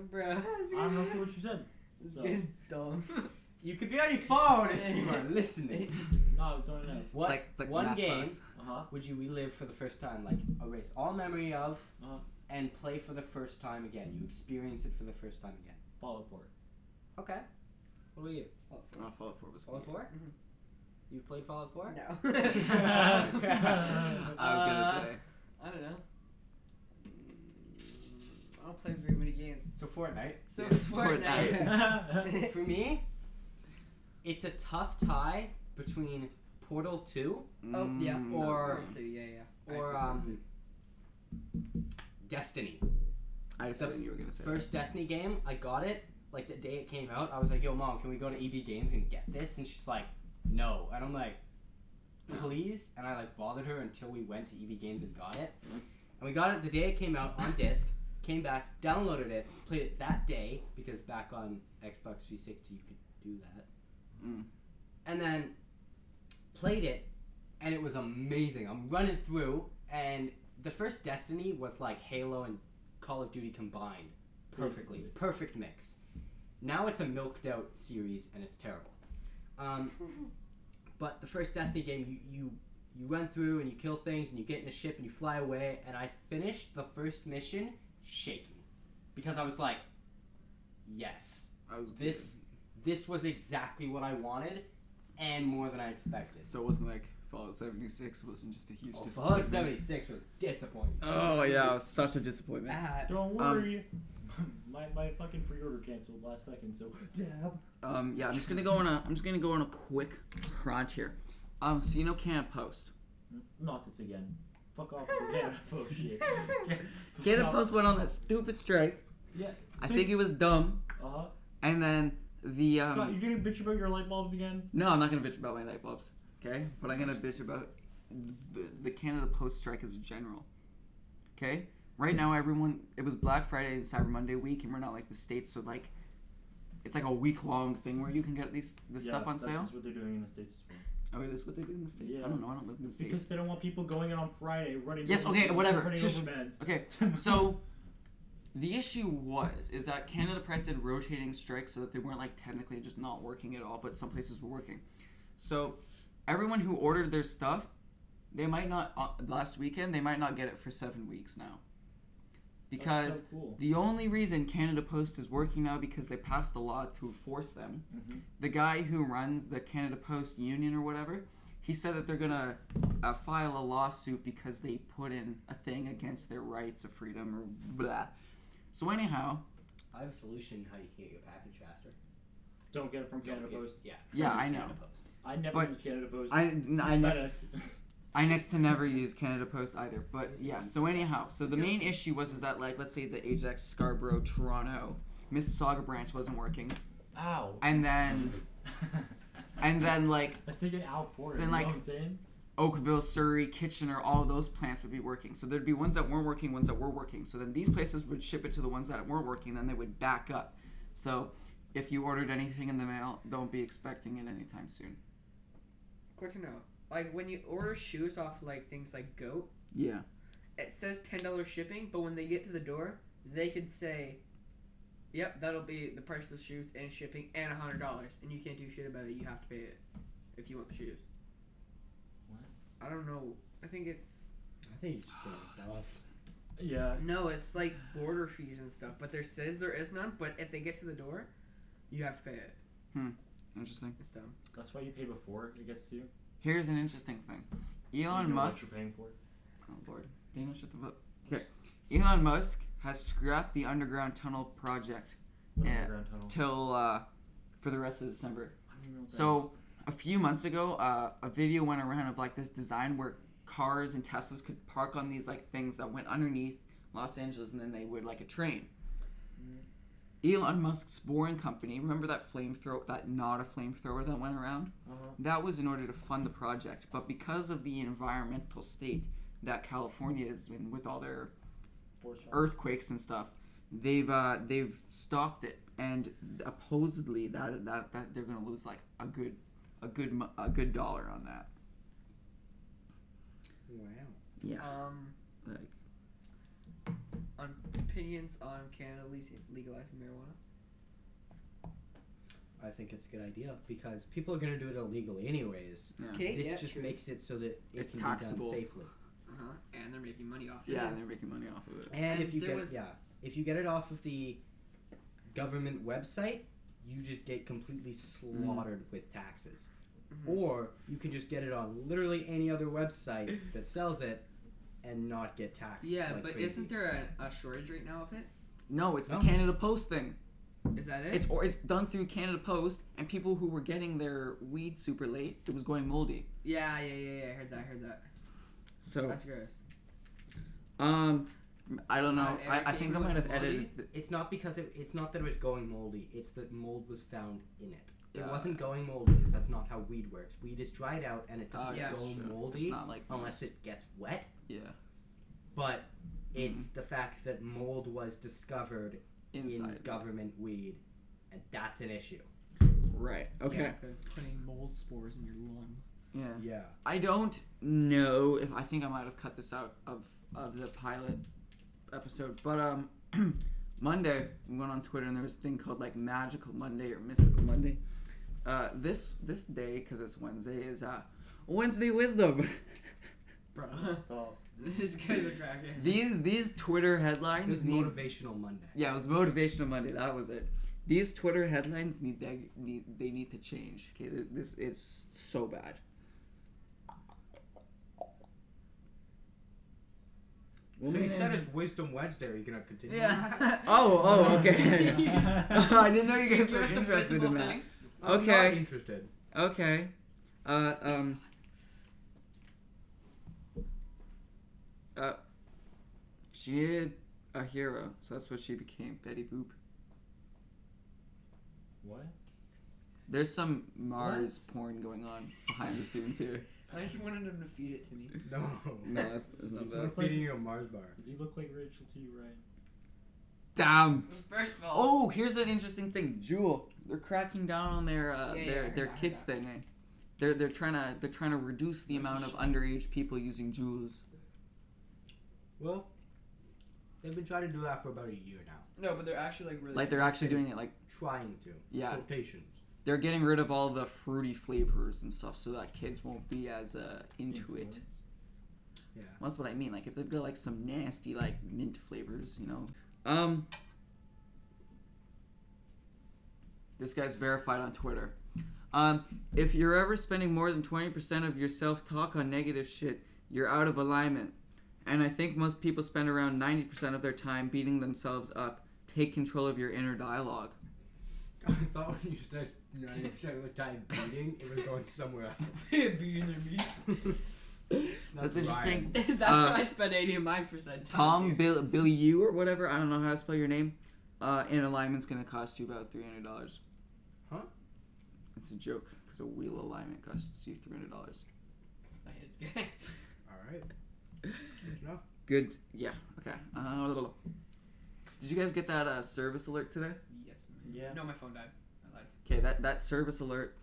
Speaker 6: Bro.
Speaker 5: don't know. I don't know what you said. So,
Speaker 4: It's dumb. You could be on your phone if you are listening.
Speaker 5: no, it's only no.
Speaker 4: What
Speaker 2: like- it's like
Speaker 4: one
Speaker 2: math
Speaker 4: game
Speaker 2: class.
Speaker 5: Uh huh.
Speaker 4: would you relive for the first time? Like erase all memory of,
Speaker 5: Uh-huh.
Speaker 4: and play for the first time again. You experience it for the first time again.
Speaker 5: Fallout 4.
Speaker 4: Okay. What about you?
Speaker 2: Oh, Fallout 4 was
Speaker 4: Fallout
Speaker 2: cool.
Speaker 4: 4?
Speaker 6: Mhm.
Speaker 4: You've played Fallout 4?
Speaker 6: No.
Speaker 5: I
Speaker 2: I was
Speaker 6: Uh,
Speaker 2: gonna say.
Speaker 6: I don't know. Mm, I don't play very many games.
Speaker 4: So Fortnite.
Speaker 6: So
Speaker 2: Yeah,
Speaker 6: it's
Speaker 2: Fortnite.
Speaker 6: Fortnite.
Speaker 4: for me, it's a tough tie between Portal 2
Speaker 6: oh, yeah.
Speaker 2: Mm, that was
Speaker 4: or-
Speaker 2: cool.
Speaker 6: So, yeah, yeah. I
Speaker 4: or
Speaker 6: prefer
Speaker 4: um, Destiny.
Speaker 2: I had a feeling you were gonna say. that.
Speaker 4: First Destiny game, I got it. Like the day it came out, I was like, "Yo, mom, can we go to EB Games and get this?" And she's like, "No," and I'm like, "Pleased," and I like bothered her until we went to EB Games and got it. And we got it the day it came out on disc. Came back, downloaded it, played it that day because back on Xbox 360 you could do that.
Speaker 2: Mm.
Speaker 4: And then played it, and it was amazing. I'm running through, and the first Destiny was like Halo and Call of Duty combined perfectly. Perfect mix. Now it's a milked out series and it's terrible. Um, but the first Destiny game, you, you you run through and you kill things and you get in a ship and you fly away. And I finished the first mission shaking because I was like, yes,
Speaker 2: I was
Speaker 4: this this was exactly what I wanted and more than I expected.
Speaker 2: So it wasn't like Fallout 76 wasn't just a huge
Speaker 4: Oh, Fallout
Speaker 2: disappointment.
Speaker 4: 76 was disappointing.
Speaker 2: Oh yeah, it was such a disappointment.
Speaker 4: Ah,
Speaker 5: Don't
Speaker 2: Um,
Speaker 5: worry. my, my fucking pre-order canceled last second, so dab.
Speaker 2: Um, yeah, I'm just gonna go on a I'm just gonna go on a quick rant here. Um, so you know Can't Post.
Speaker 5: Not this again. Fuck off with the Canada Post shit.
Speaker 2: Can't Post went on that stupid strike.
Speaker 5: Yeah.
Speaker 2: I think it was dumb.
Speaker 5: Uh
Speaker 2: And then the
Speaker 5: huh.
Speaker 2: um,
Speaker 5: You're gonna bitch about your light bulbs again?
Speaker 2: no, I'm not gonna bitch about my light bulbs, okay? But I'm gonna bitch about the, the Canada Post strike as a general, okay? Right now, everyone it was Black Friday and Cyber Monday week, and we're not like the states, so like it's like a week long thing where you can get these this
Speaker 5: Yeah,
Speaker 2: stuff on
Speaker 5: that's
Speaker 2: sale.
Speaker 5: just what they're doing in the states. as well.
Speaker 2: Oh, it is what they do in the states. I
Speaker 5: Yeah.
Speaker 2: don't know. I don't live in the states.
Speaker 5: Because they don't want people going in on Friday running.
Speaker 2: Yes,
Speaker 5: over-
Speaker 2: okay, whatever.
Speaker 5: Running
Speaker 2: Just-
Speaker 5: over meds.
Speaker 2: Okay, so the issue was is that Canada Press did rotating strikes so that they weren't like technically just not working at all, but some places were working. So everyone who ordered their stuff, they might not uh, last weekend. They might not get it for seven weeks now,
Speaker 5: That's
Speaker 2: because
Speaker 5: so cool.
Speaker 2: the only reason Canada Post is working now because they passed a law to force them.
Speaker 5: Mhm.
Speaker 2: The guy who runs the Canada Post union or whatever, he said that they're gonna uh, file a lawsuit because they put in a thing against their rights of freedom or blah. So anyhow,
Speaker 4: I have a solution how you can get your package faster.
Speaker 5: Don't get it from Canada
Speaker 4: Don't get-
Speaker 5: Post.
Speaker 4: Yeah.
Speaker 2: yeah,
Speaker 4: It's
Speaker 2: I know.
Speaker 4: Canada Post.
Speaker 5: I never
Speaker 2: But-
Speaker 5: use Canada Post.
Speaker 2: I, I
Speaker 5: It's
Speaker 2: next
Speaker 5: FedEx.
Speaker 2: I next to never use Canada Post either. But yeah, so anyhow, so the main issue was is that like let's say the Ajax, Scarborough, Toronto, Mississauga branch wasn't working,
Speaker 5: Ow.
Speaker 2: and then and then like
Speaker 5: I was thinking Al Ford.
Speaker 2: Then,
Speaker 5: you
Speaker 2: like-
Speaker 5: know what I'm saying?
Speaker 2: Oakville, Surrey, Kitchener, all of those plants would be working. So there'd be ones that weren't working, ones that were working. So then these places would ship it to the ones that weren't working, then they would back up. So if you ordered anything in the mail, don't be expecting it anytime soon.
Speaker 6: Good to know. Like when you order shoes off like things like Goat,
Speaker 2: Yeah.
Speaker 6: it says ten dollars shipping, but when they get to the door, they could say, "Yep, that'll be the price of the shoes and shipping and a hundred dollars," and you can't do shit about it. You have to pay it if you want the shoes.
Speaker 5: What?
Speaker 6: I don't know. I think it's
Speaker 4: I think you just get it off.
Speaker 5: Yeah.
Speaker 6: no, it's like border fees and stuff. But there says there is none. But if they get to the door, you have to pay it.
Speaker 2: Interesting.
Speaker 6: It's dumb.
Speaker 5: That's why you pay before it gets to you.
Speaker 2: Here's an interesting thing.
Speaker 5: So
Speaker 2: Elon
Speaker 5: you know what
Speaker 2: Musk
Speaker 5: you're paying for.
Speaker 2: Oh lord. Daniel shut the fuck. Okay. Elon Musk has scrapped the underground tunnel project
Speaker 5: What
Speaker 2: Yeah.
Speaker 5: underground tunnel.
Speaker 2: till uh, for the rest of December.
Speaker 5: I don't even know what that
Speaker 2: So a few months ago, uh, a video went around of like this design where cars and Teslas could park on these like things that went underneath Los Angeles, and then they would like a train. Elon Musk's Boring Company, remember that flamethrower, that not a flamethrower that went around?
Speaker 5: Uh-huh.
Speaker 2: That was in order to fund the project, but because of the environmental state that California is in with all their
Speaker 5: Force shot.
Speaker 2: earthquakes and stuff, they've uh, they've stopped it, and supposedly that, that that they're gonna lose like a good a good mo- a good dollar on that.
Speaker 4: Wow.
Speaker 2: Yeah,
Speaker 6: Um,
Speaker 2: like
Speaker 6: on opinions on Canada le- legalizing marijuana.
Speaker 4: I think it's a good idea because people are gonna do it illegally anyways.
Speaker 2: yeah,
Speaker 6: Okay.
Speaker 4: This
Speaker 6: yeah,
Speaker 4: just
Speaker 6: true.
Speaker 4: makes it so that it
Speaker 2: It's
Speaker 4: can
Speaker 2: taxable.
Speaker 4: be done safely.
Speaker 6: Uh-huh. And they're making money off.
Speaker 2: yeah,
Speaker 6: Of
Speaker 2: and
Speaker 6: it.
Speaker 2: they're making money off of it.
Speaker 4: And,
Speaker 6: And
Speaker 4: if you
Speaker 6: there
Speaker 4: get
Speaker 6: was-
Speaker 4: yeah, if you get it off of the government website, you just get completely slaughtered with taxes.
Speaker 6: Mhm.
Speaker 4: Or you can just get it on literally any other website that sells it and not get taxed.
Speaker 6: Yeah,
Speaker 4: like
Speaker 6: but
Speaker 4: crazy.
Speaker 6: isn't there a, a shortage right now of it?
Speaker 2: No, it's
Speaker 4: No.
Speaker 2: the Canada Post thing.
Speaker 6: Is that it?
Speaker 2: It's or it's done through Canada Post, and people who were getting their weed super late, it was going moldy.
Speaker 6: yeah, yeah, yeah, yeah. I heard that. I heard that.
Speaker 2: So
Speaker 6: That's gross.
Speaker 2: um, I don't know.
Speaker 6: Uh, Eric
Speaker 2: I, I think I
Speaker 6: Gabriel
Speaker 2: might
Speaker 6: was
Speaker 2: have
Speaker 6: moldy?
Speaker 2: edited. th-
Speaker 4: It's not because it, it's not that it was going moldy. It's that mold was found in it.
Speaker 2: Yeah.
Speaker 4: It wasn't going moldy because that's not how weed works. Weed is dried out and it
Speaker 2: Oh,
Speaker 4: doesn't
Speaker 6: yeah,
Speaker 2: that's
Speaker 4: go
Speaker 2: true. It's
Speaker 4: moldy
Speaker 2: not like
Speaker 4: unless it gets wet.
Speaker 2: yeah,
Speaker 4: But it's
Speaker 6: Mm-hmm.
Speaker 4: the fact that mold was discovered in
Speaker 2: inside.
Speaker 4: government weed, and that's an issue.
Speaker 2: Right. Okay.
Speaker 6: Because putting mold spores in your lungs.
Speaker 2: Yeah.
Speaker 4: Yeah.
Speaker 2: I don't know if I think I might have cut this out of of the pilot episode, but um, Monday we went on Twitter and there was a thing called like Magical Monday or Mystical Monday. Uh, this this day because it's Wednesday is uh Wednesday Wisdom.
Speaker 6: Bro,
Speaker 5: Stop.
Speaker 6: this guy's a crackhead.
Speaker 2: these these Twitter headlines
Speaker 4: It was
Speaker 2: need-
Speaker 4: motivational Monday.
Speaker 2: Yeah, it was motivational Monday. That was it. These Twitter headlines need they need, they need to change. Okay, th- this it's so bad.
Speaker 4: So
Speaker 2: Woman
Speaker 4: you said
Speaker 2: in-
Speaker 4: it's Wisdom Wednesday. Are you gonna continue?
Speaker 6: Yeah.
Speaker 2: Oh, oh, okay.
Speaker 5: Yeah.
Speaker 2: I didn't know you guys
Speaker 6: Give
Speaker 2: were
Speaker 6: us a
Speaker 2: interested in
Speaker 6: physical
Speaker 2: that.
Speaker 6: thing.
Speaker 4: I'm
Speaker 2: Okay.
Speaker 4: Not interested.
Speaker 2: Okay. Uh, um. Uh, she needed a hero, so that's what she became, Betty Boop.
Speaker 5: What?
Speaker 2: There's some Mars porn going on behind the scenes here.
Speaker 6: I just wanted him to feed it to me.
Speaker 4: No.
Speaker 2: No, that's, that's not
Speaker 4: It's
Speaker 2: that.
Speaker 4: not feeding you a Mars bar.
Speaker 5: Does he look like Rachel T. Ray?
Speaker 2: Damn.
Speaker 6: First of all,
Speaker 2: Oh, here's an interesting thing, Jewel. They're cracking down on their uh,
Speaker 6: Yeah, yeah, I
Speaker 2: their
Speaker 6: heard
Speaker 2: their
Speaker 6: that, I heard
Speaker 2: kids
Speaker 6: that.
Speaker 2: thing. eh? They're they're trying to they're trying to reduce the amount of underage people using jewels.
Speaker 4: Well, they've been trying to do that for about a year now.
Speaker 6: no, but they're actually like really.
Speaker 2: Like they're actually doing it. Like
Speaker 4: Trying to.
Speaker 2: Yeah.
Speaker 4: Quotations.
Speaker 2: they're getting rid of all the fruity flavors and stuff, so that kids won't be as uh, into it.
Speaker 5: Influence?
Speaker 4: Yeah.
Speaker 2: Well, that's what I mean. Like if they've got like some nasty like mint flavors, you know. Um. This guy's verified on Twitter. Um, if you're ever spending more than twenty percent of your self-talk on negative shit, you're out of alignment. And I think most people spend around ninety percent of their time beating themselves up. Take control of your inner dialogue.
Speaker 4: I thought when you said 90% of the time beating, it was going somewhere else.
Speaker 6: Being their meat.
Speaker 2: That's, interesting.
Speaker 6: That's
Speaker 2: Uh,
Speaker 6: what I spent eighty of mine percent.
Speaker 2: Tom Bill Billy you or whatever. I don't know how to spell your name. Uh, in alignment's gonna cost you about three hundred dollars.
Speaker 4: Huh?
Speaker 2: It's a joke because a wheel alignment costs you three hundred dollars.
Speaker 6: I hate this guy.
Speaker 4: Alright.
Speaker 2: Good. Yeah. Okay. Uh, blah, blah, blah. did you guys get that uh, service alert today?
Speaker 6: Yes.
Speaker 5: Yeah.
Speaker 6: No, my phone died. I lied.
Speaker 2: Okay. That that service alert.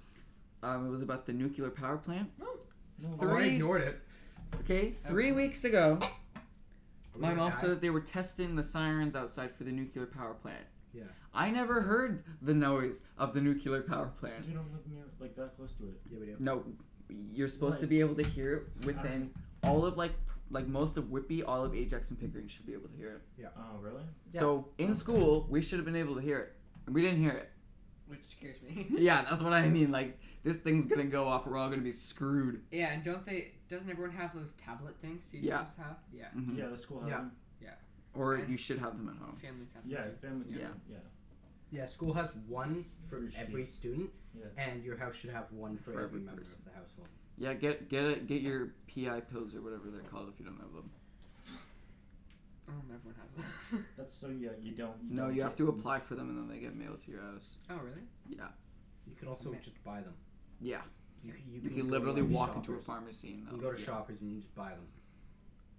Speaker 2: Um, it was about the nuclear power plant.
Speaker 5: No.
Speaker 4: Oh, I
Speaker 2: Three-
Speaker 4: ignored it.
Speaker 2: Okay. Three
Speaker 6: Okay.
Speaker 2: weeks ago,
Speaker 4: Are we
Speaker 2: my
Speaker 4: gonna
Speaker 2: mom
Speaker 4: die?
Speaker 2: said that they were testing the sirens outside for the nuclear power plant.
Speaker 4: Yeah.
Speaker 2: I never heard the noise of the nuclear power
Speaker 5: It's 'cause
Speaker 2: plant.
Speaker 5: we don't live near like that close to it.
Speaker 4: Yeah, we do.
Speaker 2: No, you're supposed to
Speaker 5: Right.
Speaker 2: be able to hear it within all of like like most of Whippy, all of Ajax and Pickering should be able to hear it.
Speaker 5: Oh, really?
Speaker 4: Yeah.
Speaker 2: So in school, we should have been able to hear it, and we didn't hear it.
Speaker 6: Which scares me.
Speaker 2: Yeah, that's what I mean. Like this thing's gonna go off, we're all gonna be screwed.
Speaker 6: yeah, and don't they? Doesn't everyone have those tablet things? So you
Speaker 2: Yeah.
Speaker 6: just have. Yeah.
Speaker 2: Mhm.
Speaker 5: Yeah, the school has
Speaker 4: Yeah.
Speaker 5: them.
Speaker 2: Or
Speaker 6: And-
Speaker 2: you should have them at home.
Speaker 6: Families have.
Speaker 5: Yeah, families
Speaker 2: Yeah.
Speaker 5: have them, Yeah.
Speaker 4: Yeah, school has one for
Speaker 5: For each
Speaker 4: every student,
Speaker 5: Yeah.
Speaker 4: and your house should have one for,
Speaker 2: For
Speaker 4: every
Speaker 2: every
Speaker 4: member
Speaker 2: person.
Speaker 4: of the household.
Speaker 2: Yeah, get get it, get your PI pills or whatever they're called if you don't have them.
Speaker 6: Oh, everyone has them.
Speaker 5: That's so yeah. You don't. You
Speaker 2: No,
Speaker 5: don't
Speaker 2: you
Speaker 5: get
Speaker 2: have to
Speaker 5: them.
Speaker 2: apply for them and then they get mailed to your house.
Speaker 6: oh, really?
Speaker 4: You can also
Speaker 6: Man.
Speaker 4: just buy them.
Speaker 2: Yeah.
Speaker 4: You, c-
Speaker 2: You
Speaker 4: go
Speaker 2: can
Speaker 4: to,
Speaker 2: literally
Speaker 4: like,
Speaker 2: walk into a
Speaker 4: Shoppers.
Speaker 2: pharmacy and
Speaker 4: You
Speaker 2: they'll-
Speaker 4: can go to
Speaker 2: yeah,
Speaker 4: Shoppers and you just buy them.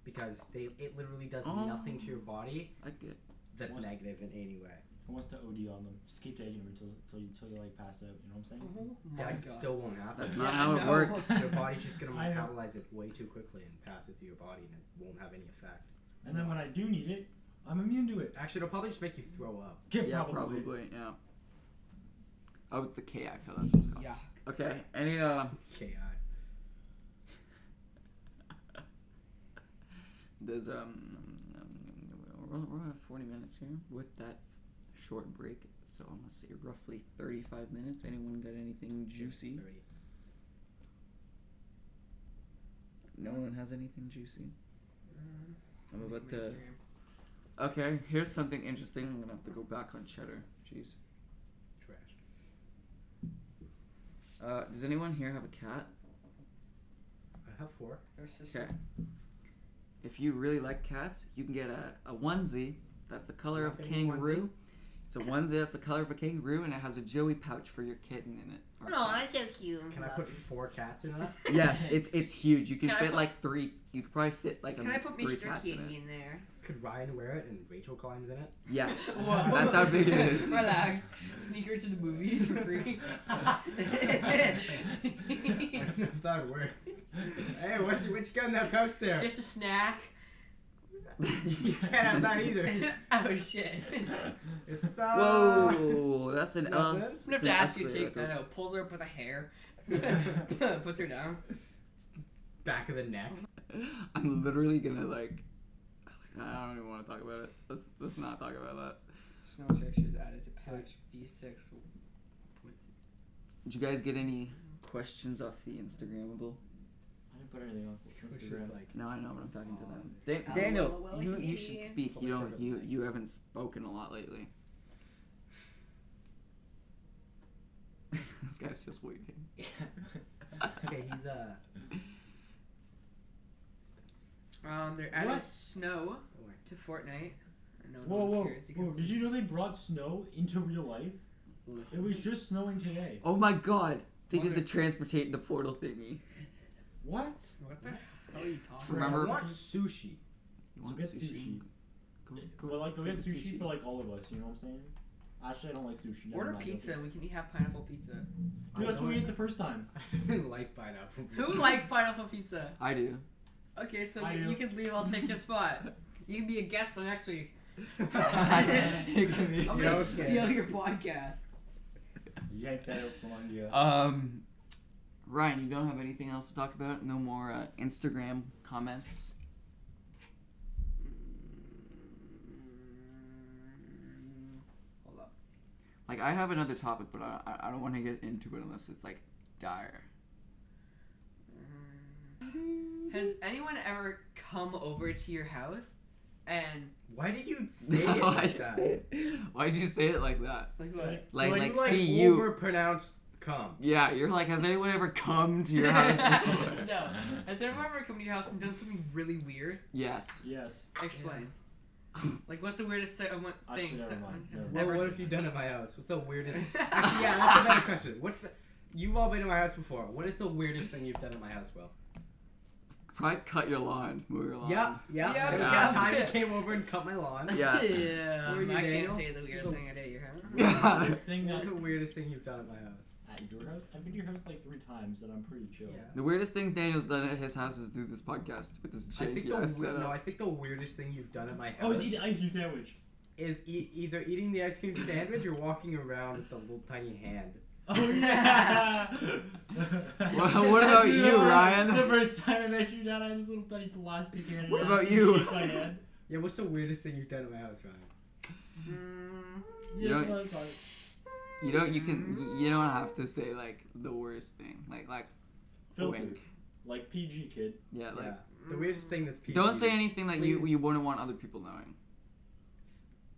Speaker 4: Because they, it literally does
Speaker 2: Oh.
Speaker 4: nothing to your body.
Speaker 2: I get.
Speaker 4: that's
Speaker 5: What?
Speaker 4: negative in any way.
Speaker 5: Who wants to OD on them? Just keep taking them until, until, you, until you like pass out. You know what I'm saying?
Speaker 6: Oh my
Speaker 4: That
Speaker 6: god.
Speaker 4: still won't happen.
Speaker 2: That's
Speaker 6: Yeah,
Speaker 2: not
Speaker 6: I
Speaker 2: how it
Speaker 6: know.
Speaker 2: works.
Speaker 4: Your body's just gonna
Speaker 5: I know.
Speaker 4: metabolize it way too quickly and pass it through your body, and it won't have any effect.
Speaker 5: And then when I do need it, I'm immune to it.
Speaker 4: Actually, it'll probably just make you throw up.
Speaker 5: Yeah,
Speaker 2: Yeah,
Speaker 5: probably.
Speaker 2: probably. Yeah. Oh, it's the K I pill. That's what it's called.
Speaker 6: Yuck.
Speaker 2: Okay. Any uh,
Speaker 4: Ki.
Speaker 2: there's um, we're, we're at 40 minutes here with that short break, so I'm gonna say roughly 35 minutes. Anyone got anything juicy?
Speaker 4: Thirty.
Speaker 2: No one has anything juicy.
Speaker 6: Mm,
Speaker 2: I'm
Speaker 6: let me
Speaker 2: about
Speaker 6: see my
Speaker 2: to.
Speaker 6: Instagram.
Speaker 2: Okay, here's something interesting. I'm gonna have to go back on cheddar. Jeez.
Speaker 4: Trash.
Speaker 2: Uh, does anyone here have a cat?
Speaker 4: I have four.
Speaker 6: There's just-
Speaker 2: Okay. If you really like cats, you can get a, a onesie that's the color of
Speaker 4: Nothing onesie?
Speaker 2: kangaroo. It's a onesie that's the color of a kangaroo, and it has a joey pouch for your kitten in it. or cat.
Speaker 6: so cute.
Speaker 4: Can I put four cats in that?
Speaker 2: yes, it's it's huge. You can,
Speaker 6: Can I
Speaker 2: fit
Speaker 6: put-
Speaker 2: like three. You could probably fit like
Speaker 6: Can
Speaker 2: um,
Speaker 6: I put
Speaker 2: three
Speaker 6: Mr.
Speaker 2: cats in
Speaker 6: Kitty
Speaker 2: it.
Speaker 6: in there?
Speaker 4: Could Ryan wear it and Rachel climbs in it?
Speaker 2: Yes,
Speaker 6: Whoa.
Speaker 2: that's how big it is.
Speaker 6: Relax. Sneak her to the movies for free.
Speaker 4: I don't know if that would work. Hey, what's, what you got in that pouch there?
Speaker 6: just a snack.
Speaker 4: you can't have that either.
Speaker 6: oh shit.
Speaker 4: It's uh,
Speaker 2: Whoa, that's an
Speaker 4: Nothing?
Speaker 2: L.
Speaker 4: I'm gonna
Speaker 6: I'm gonna have to ask you to take that out. Pulls her up with a hair. Puts her down.
Speaker 4: Back of the neck.
Speaker 2: Oh, I'm literally gonna like. I don't even want to talk about it. Let's let's not talk about that.
Speaker 6: Snow textures added to patch V6.
Speaker 2: Did you guys get any questions off the Instagrammable?
Speaker 5: I didn't put anything on
Speaker 4: Which is
Speaker 5: Instagram.
Speaker 4: like
Speaker 2: No, I know, but I'm talking to them.
Speaker 4: Um,
Speaker 2: Dan-
Speaker 4: Hello,
Speaker 2: Daniel,
Speaker 6: hello,
Speaker 2: you
Speaker 6: hey.
Speaker 2: you should speak. You don't you you haven't spoken a lot lately. this guy's just waiting.
Speaker 4: it's okay, he's uh.
Speaker 6: Um, they're adding
Speaker 5: What?
Speaker 6: snow
Speaker 4: Don't worry.
Speaker 6: to Fortnite. I know no
Speaker 5: Whoa,
Speaker 6: one
Speaker 5: whoa,
Speaker 6: cares
Speaker 5: whoa!
Speaker 6: because-
Speaker 5: Did you know they brought snow into real life? It
Speaker 6: Listen.
Speaker 5: was just snowing today.
Speaker 2: Oh my god, they did the
Speaker 6: Wonder-
Speaker 2: transportate the portal thingy.
Speaker 5: What?
Speaker 6: What the hell are you talking about?
Speaker 2: Remember-
Speaker 4: I want sushi.
Speaker 2: You
Speaker 5: So
Speaker 2: want
Speaker 5: get
Speaker 2: sushi?
Speaker 5: sushi.
Speaker 2: Go,
Speaker 5: well, like, go get
Speaker 2: the
Speaker 5: sushi for like all of us. You know what I'm saying? Actually, I don't like sushi. never
Speaker 6: Order
Speaker 5: mind,
Speaker 6: pizza
Speaker 5: that's
Speaker 6: and we can have pineapple pizza.
Speaker 5: it. Dude, that's what we ate the first time.
Speaker 4: I didn't like pineapple.
Speaker 6: Who likes pineapple pizza?
Speaker 2: I do.
Speaker 6: Okay, so
Speaker 5: I do.
Speaker 6: you can leave. I'll take your spot. You can be a guest on next week.
Speaker 2: You can be-
Speaker 6: I'm
Speaker 4: Yeah,
Speaker 6: gonna
Speaker 4: okay.
Speaker 6: steal your podcast.
Speaker 5: Yank that out from under you.
Speaker 2: Um, Ryan, you don't have anything else to talk about? No more uh, Instagram comments.
Speaker 6: Hold up.
Speaker 2: Like, I have another topic, but I, I- I don't want to get into it unless it's like dire.
Speaker 6: Mm-hmm. Has anyone ever come over to your house and
Speaker 4: Why did you say it
Speaker 2: Why'd
Speaker 4: like
Speaker 2: you
Speaker 4: that?
Speaker 2: say it? Why'd you say it like that?
Speaker 6: like what?
Speaker 2: Like,
Speaker 4: Well,
Speaker 2: like,
Speaker 4: you, like
Speaker 2: see you.
Speaker 4: overpronounced cum.
Speaker 2: Yeah, you're like, has anyone ever come to your house? before?"
Speaker 6: no. Has anyone ever come to your house and done something really weird?
Speaker 2: yes.
Speaker 5: Yes.
Speaker 6: Explain. Like, what's the weirdest se- uh, what-
Speaker 5: Actually,
Speaker 6: thing
Speaker 5: never
Speaker 6: someone
Speaker 5: mind,
Speaker 6: has
Speaker 5: never
Speaker 4: Well,
Speaker 6: ever
Speaker 4: what
Speaker 6: done?
Speaker 4: have you done at my house? What's the weirdest? Actually, yeah, that's a better question. What's you've all been to my house before? What is the weirdest thing you've done at my house, Will?
Speaker 2: Probably cut your lawn, mow your lawn.
Speaker 4: Yeah, yeah.
Speaker 6: Yeah,
Speaker 4: There was
Speaker 2: Um, yeah.
Speaker 4: that time you came over and cut my lawn.
Speaker 2: Yeah.
Speaker 6: Yeah,
Speaker 4: Were you
Speaker 6: I
Speaker 4: Daniel?
Speaker 6: can't say the weirdest
Speaker 4: So-
Speaker 6: thing I did at your house.
Speaker 2: Yeah.
Speaker 5: This thing that
Speaker 4: What's the weirdest thing you've done at my house?
Speaker 5: at your house, I've been to your house like three times, and I'm pretty chill.
Speaker 2: The weirdest thing Daniel's done at his house is do this podcast with this
Speaker 4: I think
Speaker 2: janky
Speaker 4: the
Speaker 2: ass
Speaker 4: we-
Speaker 2: setup.
Speaker 4: no, I think the weirdest thing you've done at my
Speaker 5: I
Speaker 4: house
Speaker 5: was eating ice cream sandwich.
Speaker 4: is e- either eating the ice cream sandwich or walking around with a little tiny hand.
Speaker 5: Oh yeah.
Speaker 2: Well, what about
Speaker 5: That's
Speaker 2: you,
Speaker 5: the-
Speaker 2: Ryan?
Speaker 5: That's the first time I met you, Dad. I had this little tiny plastic hand.
Speaker 2: What
Speaker 5: and
Speaker 2: about
Speaker 5: I
Speaker 2: you?
Speaker 5: shook my hand.
Speaker 4: Yeah, what's the weirdest thing you've done at my house, Ryan?
Speaker 6: Mm,
Speaker 5: Yeah,
Speaker 2: You
Speaker 5: that's
Speaker 2: don't-
Speaker 5: what I thought.
Speaker 2: You don't. You can. You don't have to say like the worst thing. Like like
Speaker 5: Filtered.
Speaker 2: wink.
Speaker 5: Like PG kid.
Speaker 2: Yeah. Like mm.
Speaker 4: yeah. The weirdest thing that's PG.
Speaker 2: don't say anything that you
Speaker 4: Please.
Speaker 2: you wouldn't want other people knowing.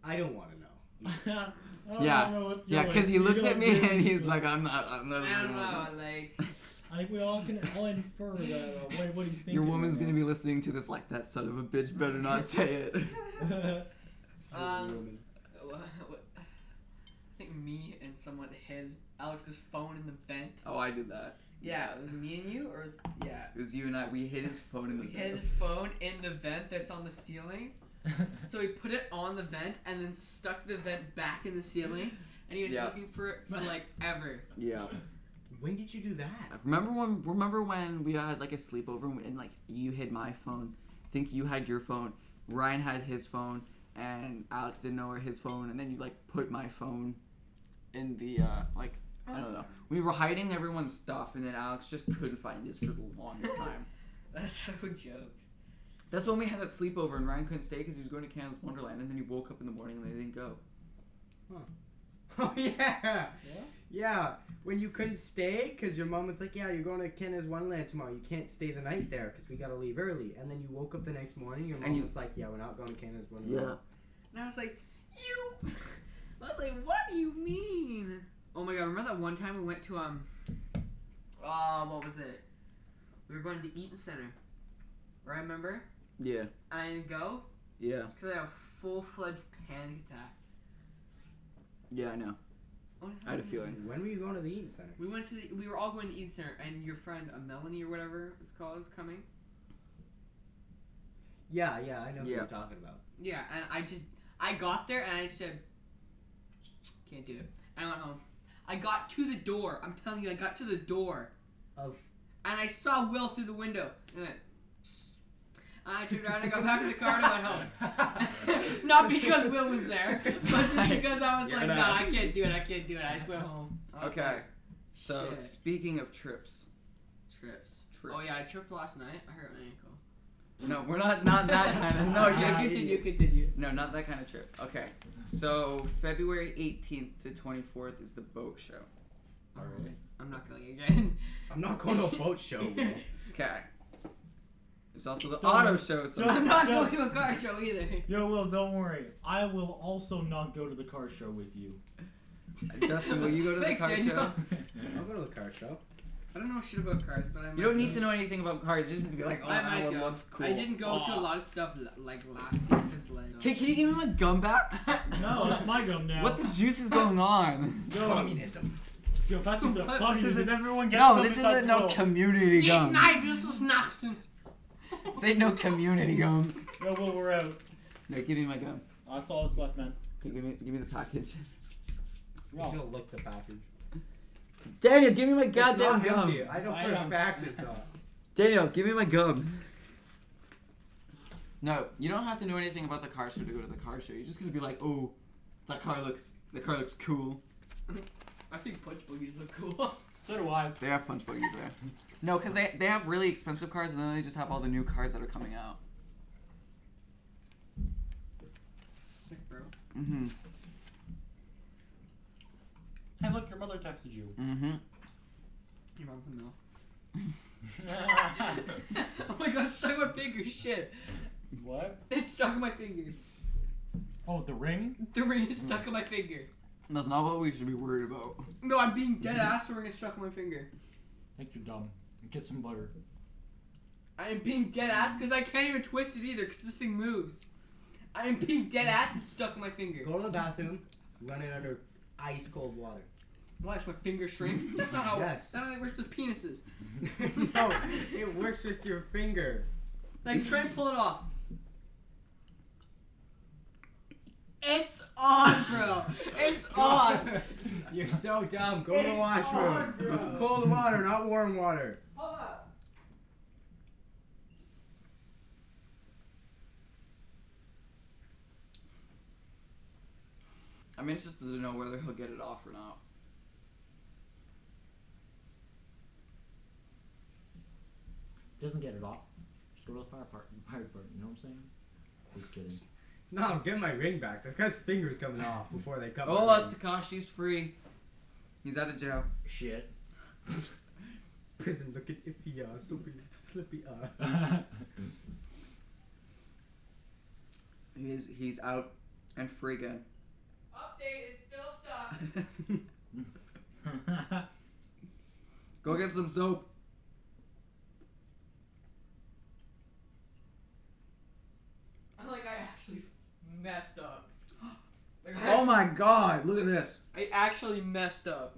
Speaker 4: I don't want to know.
Speaker 5: I don't
Speaker 2: Yeah.
Speaker 5: know what's
Speaker 2: Yeah,
Speaker 5: going.
Speaker 2: because he
Speaker 5: You
Speaker 2: looked
Speaker 5: don't
Speaker 2: at me
Speaker 5: really
Speaker 2: and he's
Speaker 5: know.
Speaker 2: like, I'm not. I'm not.
Speaker 6: I don't know,
Speaker 2: gonna-
Speaker 6: like,
Speaker 5: I think we all can all infer that uh, what, what he's thinking.
Speaker 2: Your woman's gonna be listening to this like that son of a bitch. Better not say it.
Speaker 5: gonna
Speaker 6: um,
Speaker 4: Woman.
Speaker 6: wha- wha- I think me and someone hid Alex's phone in the vent.
Speaker 2: oh, I did that.
Speaker 6: Yeah, it was me and you, or was, yeah,
Speaker 2: It was you and I. We hid his phone in the
Speaker 6: we hid
Speaker 2: bed.
Speaker 6: his phone in the vent that's on the ceiling, So he put it on the vent and then stuck the vent back in the ceiling, and he was
Speaker 2: Yeah.
Speaker 6: looking for it for like ever.
Speaker 2: Yeah.
Speaker 4: When did you do that?
Speaker 2: Remember when? Remember when we had like a sleepover and, and like you hid my phone. I think you had your phone. Ryan had his phone, and Alex didn't know where his phone. And then you like put my phone in the uh, like I don't know. We were hiding everyone's stuff, and then Alex just couldn't find his for the longest time.
Speaker 6: That's so jokes.
Speaker 2: That's when we had that sleepover, and Ryan couldn't stay because he was going to Canada's Wonderland. And then he woke up in the morning and they didn't go.
Speaker 4: Oh yeah. Yeah, when you couldn't stay because your mom was like, "Yeah, you're going to Kenna's Wonderland tomorrow. You can't stay the night there because we gotta leave early." And then you woke up the next morning. Your
Speaker 2: And
Speaker 4: mom
Speaker 2: you-
Speaker 4: was like, "Yeah, we're not going to Kenna's Wonderland."
Speaker 6: And I was like, you. I was like, what do you mean? Oh my god! Remember that one time we went to um. Oh, what was it? We were going to the Eaton Center. Remember?
Speaker 2: Yeah.
Speaker 6: I didn't go
Speaker 2: Yeah.
Speaker 6: because I had a full fledged panic attack. Oh,
Speaker 2: Yeah. I know.
Speaker 6: What
Speaker 2: I had a
Speaker 6: happened?
Speaker 2: feeling.
Speaker 4: When were you going to the Eaton Center?
Speaker 6: We went to the. We were all going to Eaton Center, and your friend uh, Melanie or whatever it's called is coming.
Speaker 4: Yeah, yeah, I know who
Speaker 2: Yeah.
Speaker 4: you're talking about.
Speaker 6: Yeah, and I just I got there and I just said can't do it. And I went home. I got to the door. I'm telling you, I got to the door.
Speaker 4: Of-
Speaker 6: And I saw Will through the window. And I, and I turned around and I got back in the car and I went home.
Speaker 4: home.
Speaker 6: Not because Will was there, but just because I was
Speaker 2: Yeah,
Speaker 6: like,
Speaker 2: no.
Speaker 6: nah, I can't do it. I can't do it. I just went home. I was
Speaker 2: Okay.
Speaker 6: like,
Speaker 2: So
Speaker 6: shit.
Speaker 2: speaking of trips,
Speaker 6: trips. Oh yeah, I tripped last night. I hurt my ankle.
Speaker 2: No, we're not not that kind of. No,
Speaker 6: yeah,
Speaker 2: you
Speaker 6: continue,
Speaker 2: continue.
Speaker 6: continue.
Speaker 2: No, not that kind of trip. Okay, so February 18th to 24th is the boat show.
Speaker 5: Alright.
Speaker 6: I'm not going again.
Speaker 4: I'm not going to a boat show. Will.
Speaker 2: Okay. There's also the
Speaker 5: Don't
Speaker 2: auto
Speaker 5: worry.
Speaker 2: show. So
Speaker 5: Don't-
Speaker 6: I'm not going to a car show either.
Speaker 5: Yo, Will, don't worry. I will also not go to the car show with you.
Speaker 2: Justin, will you go to the
Speaker 6: Thanks,
Speaker 2: car
Speaker 6: Daniel.
Speaker 2: show?
Speaker 4: I'll go to the car show.
Speaker 6: I don't know shit about cars, but I might
Speaker 2: You don't
Speaker 6: go.
Speaker 2: need to know anything about cars. Just be like, oh,
Speaker 6: I
Speaker 2: that
Speaker 6: might
Speaker 2: one
Speaker 6: go.
Speaker 2: looks cool.
Speaker 6: I didn't go to a
Speaker 5: Aw.
Speaker 6: lot of stuff l- like last year because like.
Speaker 2: Can, can you give me my gum back?
Speaker 5: no, it's my gum now.
Speaker 2: What the juice is going on?
Speaker 5: Yo,
Speaker 4: Communism.
Speaker 5: yo, pass me some
Speaker 6: This
Speaker 5: communism.
Speaker 2: isn't-
Speaker 5: everyone gets
Speaker 2: No,
Speaker 5: some
Speaker 2: this
Speaker 5: besides
Speaker 2: isn't no
Speaker 5: Will.
Speaker 2: community gum.
Speaker 6: this is Naxxon.
Speaker 2: This ain't no community gum.
Speaker 5: Yo, Will, we're out.
Speaker 2: No, give me my gum.
Speaker 5: That's all that's left, man.
Speaker 2: Give me, give me the package.
Speaker 4: You should
Speaker 5: No.
Speaker 4: have licked the package.
Speaker 2: Daniel, give me my goddamn
Speaker 4: it's not
Speaker 2: gum.
Speaker 4: empty. I know
Speaker 5: I
Speaker 4: for a
Speaker 5: am-
Speaker 4: fact it's not.
Speaker 2: Daniel, give me my gum. No, you don't have to know anything about the car show to go to the car show. You're just gonna be like, oh, that car looks, the car looks cool.
Speaker 6: I think punch buggies look cool.
Speaker 5: So do I.
Speaker 2: They have punch buggies there. No, because they they have really expensive cars, and then they just have all the new cars that are coming out.
Speaker 6: Sick, bro.
Speaker 2: Mm-hmm.
Speaker 5: Hey, look, your mother texted you.
Speaker 2: Mm-hmm.
Speaker 6: Your mom's a milf. oh my god, it's stuck in my finger. Shit,
Speaker 5: what?
Speaker 6: it's stuck in my finger.
Speaker 5: Oh, the ring?
Speaker 6: The ring is stuck in my finger.
Speaker 2: That's not what we should be worried about.
Speaker 6: No, I'm being dead ass. The ring is stuck in my finger.
Speaker 5: Thank you, dumb. Get some butter.
Speaker 6: I am being dead ass because I can't even twist it either because this thing moves. I am being dead ass. It's stuck in my finger.
Speaker 4: Go to the bathroom, run it under ice cold water.
Speaker 6: Watch my finger shrinks. That's not how.
Speaker 4: Yes.
Speaker 6: That only works with penises.
Speaker 4: no, it works with your finger.
Speaker 6: Like try and pull it off. It's on, bro. It's on.
Speaker 4: You're so dumb. Go to the
Speaker 6: It's
Speaker 4: washroom.
Speaker 6: on, bro.
Speaker 4: Cold water, not warm water.
Speaker 6: Hold up.
Speaker 2: I'm interested to know whether he'll get it off or not.
Speaker 5: Doesn't get it off. Just go to the fire part. Fire department, you know what I'm saying? Just kidding.
Speaker 4: No, get my ring back. This guy's finger's coming off before they cut my
Speaker 2: Oh,
Speaker 4: ring.
Speaker 2: Takashi's free. He's out of jail.
Speaker 5: Shit.
Speaker 4: Prison looking iffy, uh, soupy, slippy, uh.
Speaker 2: He's he's out and free again.
Speaker 6: Update. It's still stuck.
Speaker 2: Go get some soap.
Speaker 6: I'm like I actually messed up. Like, I
Speaker 2: Oh my God! Look at this.
Speaker 6: I actually messed up.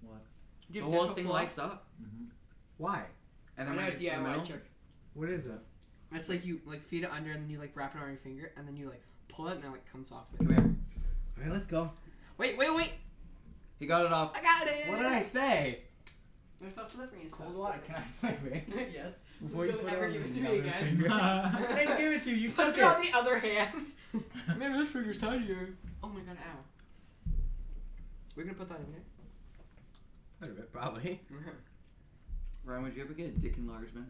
Speaker 5: What?
Speaker 6: Do you
Speaker 2: The
Speaker 6: have
Speaker 2: whole
Speaker 6: dental
Speaker 2: thing
Speaker 6: floss?
Speaker 2: lights up,
Speaker 5: Mhm.
Speaker 4: Why?
Speaker 2: and
Speaker 6: I
Speaker 2: then when
Speaker 6: know
Speaker 2: it hits the
Speaker 6: DIY
Speaker 2: middle,
Speaker 6: trick.
Speaker 4: What is it?
Speaker 6: It's like you like feed it under and then you like wrap it around your finger and then you like pull it and it like comes off. Of it.
Speaker 2: Come here.
Speaker 4: All right, let's go.
Speaker 6: Wait, wait, wait!
Speaker 2: He got it off.
Speaker 6: I got it.
Speaker 4: What did I say?
Speaker 6: They're so slippery and stuff.
Speaker 4: Cold water. Can I have my ring?
Speaker 6: yes.
Speaker 4: Before you
Speaker 6: Don't
Speaker 4: put it
Speaker 6: ever
Speaker 4: on
Speaker 6: give it to me
Speaker 4: another
Speaker 6: again.
Speaker 4: finger.
Speaker 5: Uh,
Speaker 4: I didn't give it to you. You took
Speaker 6: Put it
Speaker 4: it.
Speaker 6: on the other hand. Maybe this finger's tighter. Oh my god, ow. We're gonna put that in there.
Speaker 4: Probably.
Speaker 2: Ryan, would you ever get a dick enlargement?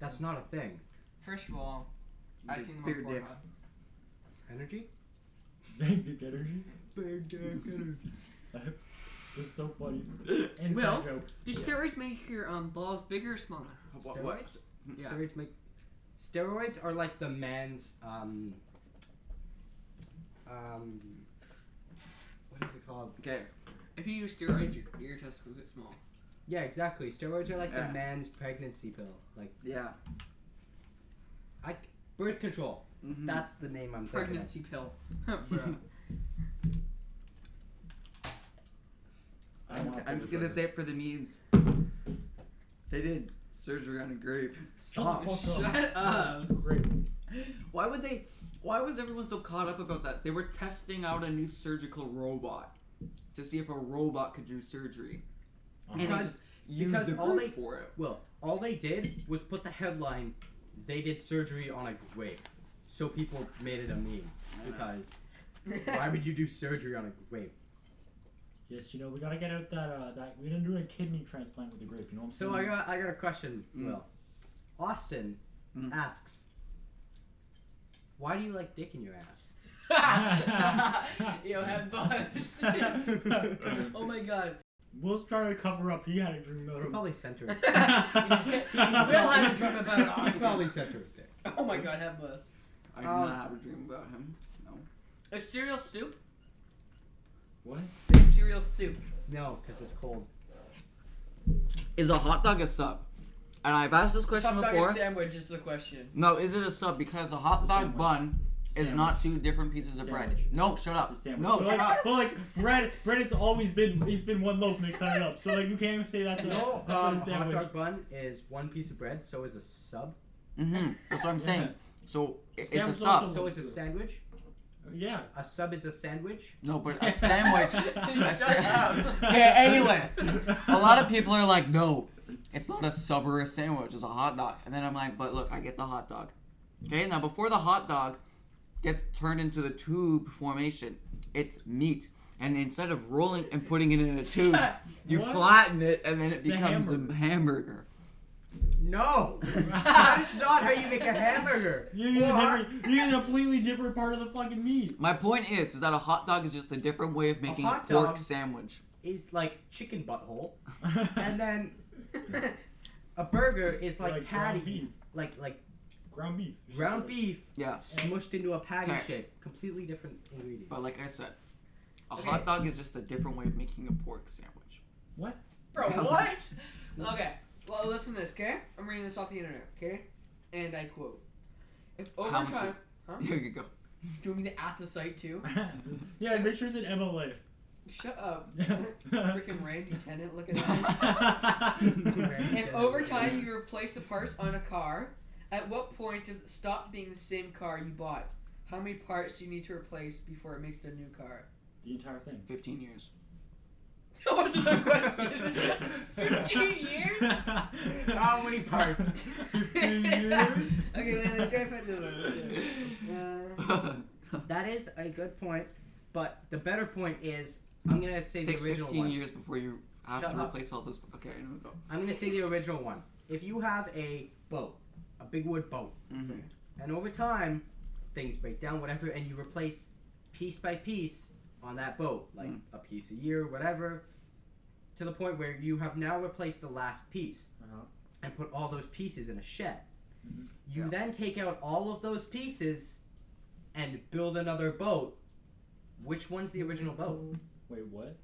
Speaker 4: That's not a thing.
Speaker 6: First of all, I've
Speaker 2: Big-
Speaker 6: seen more
Speaker 2: bigger
Speaker 6: porn.
Speaker 2: dick.
Speaker 4: Energy?
Speaker 5: big energy.
Speaker 4: Big dick energy.
Speaker 5: It's so funny.
Speaker 6: Will,
Speaker 5: Inside joke.
Speaker 6: Do steroids make your um balls bigger or smaller?
Speaker 2: What? what?
Speaker 4: Steroids?
Speaker 6: Yeah.
Speaker 4: Steroids make. Steroids are like the man's um. Um. What is it called?
Speaker 2: Okay.
Speaker 6: If you use steroids, your, your testicles get small.
Speaker 4: Yeah, exactly. Steroids are like
Speaker 2: Yeah.
Speaker 4: the man's pregnancy pill. Like
Speaker 2: Yeah.
Speaker 4: I birth control.
Speaker 2: Mhm.
Speaker 4: That's the name I'm thinking of.
Speaker 6: Pregnancy pill. Bruh.
Speaker 5: I don't wanna
Speaker 2: I'm just
Speaker 5: put this
Speaker 2: gonna
Speaker 5: over.
Speaker 2: say it for the memes. They did surgery on a grape.
Speaker 4: Stop.
Speaker 5: Shut the fuck up.
Speaker 6: Shut up.
Speaker 5: Great.
Speaker 2: Why would they? Why was everyone so caught up about that? They were testing out a new surgical robot to see if a robot could do surgery, and they
Speaker 4: Because-
Speaker 2: just used
Speaker 4: because
Speaker 2: the
Speaker 4: all
Speaker 2: grape
Speaker 4: they-
Speaker 2: for it.
Speaker 4: Well, all they did was put the headline. They did surgery on a grape, so people made it a meme because why would you do surgery on a grape?
Speaker 5: Yes, you know we gotta get out that uh, that we didn't do a kidney transplant with the grape. You know what I'm saying?
Speaker 4: So I got I got a question.
Speaker 2: Mm.
Speaker 4: Will Austin
Speaker 2: Mm.
Speaker 4: asks, why do you like dick in your ass?
Speaker 6: Yo, head buzz. oh my god.
Speaker 5: Will's trying to cover up. He had a dream about
Speaker 4: He
Speaker 5: him.
Speaker 4: probably sent her.
Speaker 6: Will had a dream about it.
Speaker 4: He
Speaker 6: Austin.
Speaker 4: probably sent her his dick.
Speaker 6: Oh my god, head buzz.
Speaker 2: I do
Speaker 5: Oh.
Speaker 4: Uh,
Speaker 2: not have a dream about him.
Speaker 6: Is cereal soup?
Speaker 5: What?
Speaker 6: Is cereal soup?
Speaker 4: No, because it's cold.
Speaker 2: Is a hot dog a sub? And I've asked this question
Speaker 6: Hot dog
Speaker 2: before.
Speaker 6: and sandwich is the question.
Speaker 2: No, is it a sub? Because a hot
Speaker 5: It's a
Speaker 2: dog
Speaker 5: sandwich.
Speaker 2: bun is
Speaker 5: Sandwich.
Speaker 2: not two different pieces of bread.
Speaker 5: Sandwich.
Speaker 2: No, shut up.
Speaker 5: It's a sandwich.
Speaker 2: No,
Speaker 5: but
Speaker 2: shut
Speaker 5: like,
Speaker 2: up.
Speaker 5: but like bread, bread. It's always been it's been one loaf and they cut it up. So like you can't even say that's a,
Speaker 4: No,
Speaker 5: that's
Speaker 4: um,
Speaker 5: not a
Speaker 4: a hot
Speaker 5: sandwich.
Speaker 4: dog bun is one piece of bread, so is a sub.
Speaker 2: hmm That's what I'm
Speaker 5: Yeah.
Speaker 2: saying. So i- it's a
Speaker 5: Sandwich
Speaker 2: sub.
Speaker 5: also-
Speaker 4: So is a sandwich.
Speaker 5: Yeah.
Speaker 4: A sub is a sandwich.
Speaker 2: No, but a sandwich. a
Speaker 6: Shut up.
Speaker 2: Okay, anyway, a lot of people are like, no, it's not a sub or a sandwich. It's a hot dog. And then I'm like, but look, I get the hot dog. Okay, now before the hot dog gets turned into the tube formation, it's meat. And instead of rolling and putting it in a tube, you
Speaker 5: What?
Speaker 2: flatten it and then it
Speaker 5: It's a
Speaker 2: becomes a hamburger.
Speaker 4: No, that is not how you make a hamburger.
Speaker 5: You use, a
Speaker 4: Or-
Speaker 5: different, you use a completely different part of the fucking meat.
Speaker 2: My point is, is that a hot dog is just a different way of making a,
Speaker 4: hot
Speaker 2: pork
Speaker 4: dog-
Speaker 2: sandwich.
Speaker 4: is like chicken butthole, and then a burger is like,
Speaker 5: ground
Speaker 4: patty,
Speaker 5: beef.
Speaker 4: like like
Speaker 5: Ground beef.
Speaker 4: ground beef
Speaker 2: Yeah.
Speaker 4: smushed into a patty
Speaker 2: Alright.
Speaker 4: shape. Completely different ingredients.
Speaker 2: But like I said, a
Speaker 6: Okay.
Speaker 2: hot dog is just a different way of making a pork sandwich.
Speaker 6: Bro, what? okay. Well, listen to this, okay? I'm reading this off the internet, okay? And I quote: If over
Speaker 2: How much
Speaker 6: time,
Speaker 2: Here you go.
Speaker 6: do you want me to add the site too?
Speaker 5: yeah, make sure it's an MLA.
Speaker 6: Shut up. Freaking
Speaker 5: Freaking
Speaker 6: Randy Tennant, look at that. if over time you replace the parts on a car, at what point does it stop being the same car you bought? How many parts do you need to replace before it makes the new car?
Speaker 5: The entire thing.
Speaker 2: 15 years.
Speaker 6: That wasn't a question. 15 years?
Speaker 4: How many parts?
Speaker 6: okay, wait, let's try to find another one. Uh,
Speaker 4: that is a good point, but the better point is I'm gonna say
Speaker 2: it
Speaker 4: the
Speaker 2: takes
Speaker 4: original
Speaker 2: 15
Speaker 4: one.
Speaker 2: years before you have
Speaker 4: Shut
Speaker 2: to
Speaker 4: up.
Speaker 2: replace all this. Okay, here we go.
Speaker 4: I'm gonna say the original one. If you have a boat, a big wood boat,
Speaker 2: Mhm.
Speaker 4: and over time things break down, whatever, and you replace piece by piece on that boat, like
Speaker 2: Mm.
Speaker 4: a piece a year, whatever, to the point where you have now replaced the last piece
Speaker 5: Uh-huh.
Speaker 4: and put all those pieces in a shed.
Speaker 5: Mhm.
Speaker 4: You
Speaker 2: Yeah.
Speaker 4: then take out all of those pieces and build another boat. Which one's the original boat?
Speaker 5: Wait, what?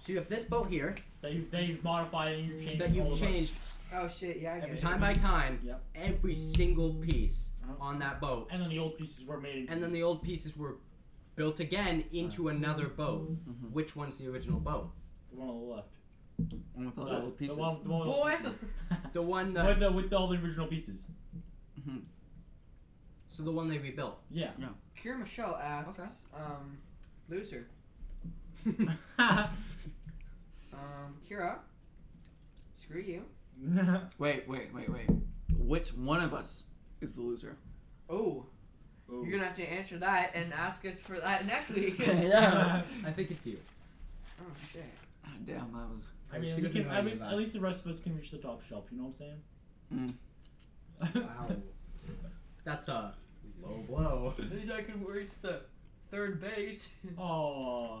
Speaker 4: So you have this boat here
Speaker 5: That you that you've modified and you've changed.
Speaker 4: that
Speaker 5: all
Speaker 4: you've
Speaker 5: of it.
Speaker 4: changed
Speaker 6: oh shit, yeah, I get
Speaker 5: Every
Speaker 6: it.
Speaker 4: time by time,
Speaker 5: Yep.
Speaker 4: every single piece
Speaker 5: Uh-huh.
Speaker 4: on that boat.
Speaker 5: And then the old pieces were made. into-
Speaker 4: And then the old pieces were built again into another boat.
Speaker 2: Mhm.
Speaker 4: Which one's the original boat?
Speaker 5: the one on the left.
Speaker 2: One with all
Speaker 5: Uh,
Speaker 2: Oh, the little pieces.
Speaker 5: The one, the one with all the
Speaker 6: Boy,
Speaker 5: pieces.
Speaker 4: The one
Speaker 5: With
Speaker 4: that
Speaker 5: the with all the original pieces.
Speaker 2: Mhm.
Speaker 4: So the one they rebuilt.
Speaker 5: Yeah.
Speaker 6: Cure Michelle asks,
Speaker 2: Okay.
Speaker 6: um, loser. Um, Kira, screw you.
Speaker 2: Wait, wait, wait, wait. Which one of us is the loser?
Speaker 6: Oh,
Speaker 5: Ooh.
Speaker 6: you're gonna have to answer that and ask us for that next week.
Speaker 2: yeah.
Speaker 1: I think it's you.
Speaker 6: oh shit.
Speaker 2: Damn, that was.
Speaker 5: I
Speaker 1: Oh,
Speaker 5: mean,
Speaker 1: she
Speaker 5: we
Speaker 1: doesn't
Speaker 5: can,
Speaker 1: know
Speaker 5: at
Speaker 1: any
Speaker 5: least
Speaker 1: of
Speaker 5: at
Speaker 1: us.
Speaker 5: least the rest of us can reach the top shelf. You know what I'm saying?
Speaker 4: Wow. That's a low blow.
Speaker 6: At least I can reach the third base.
Speaker 5: Oh.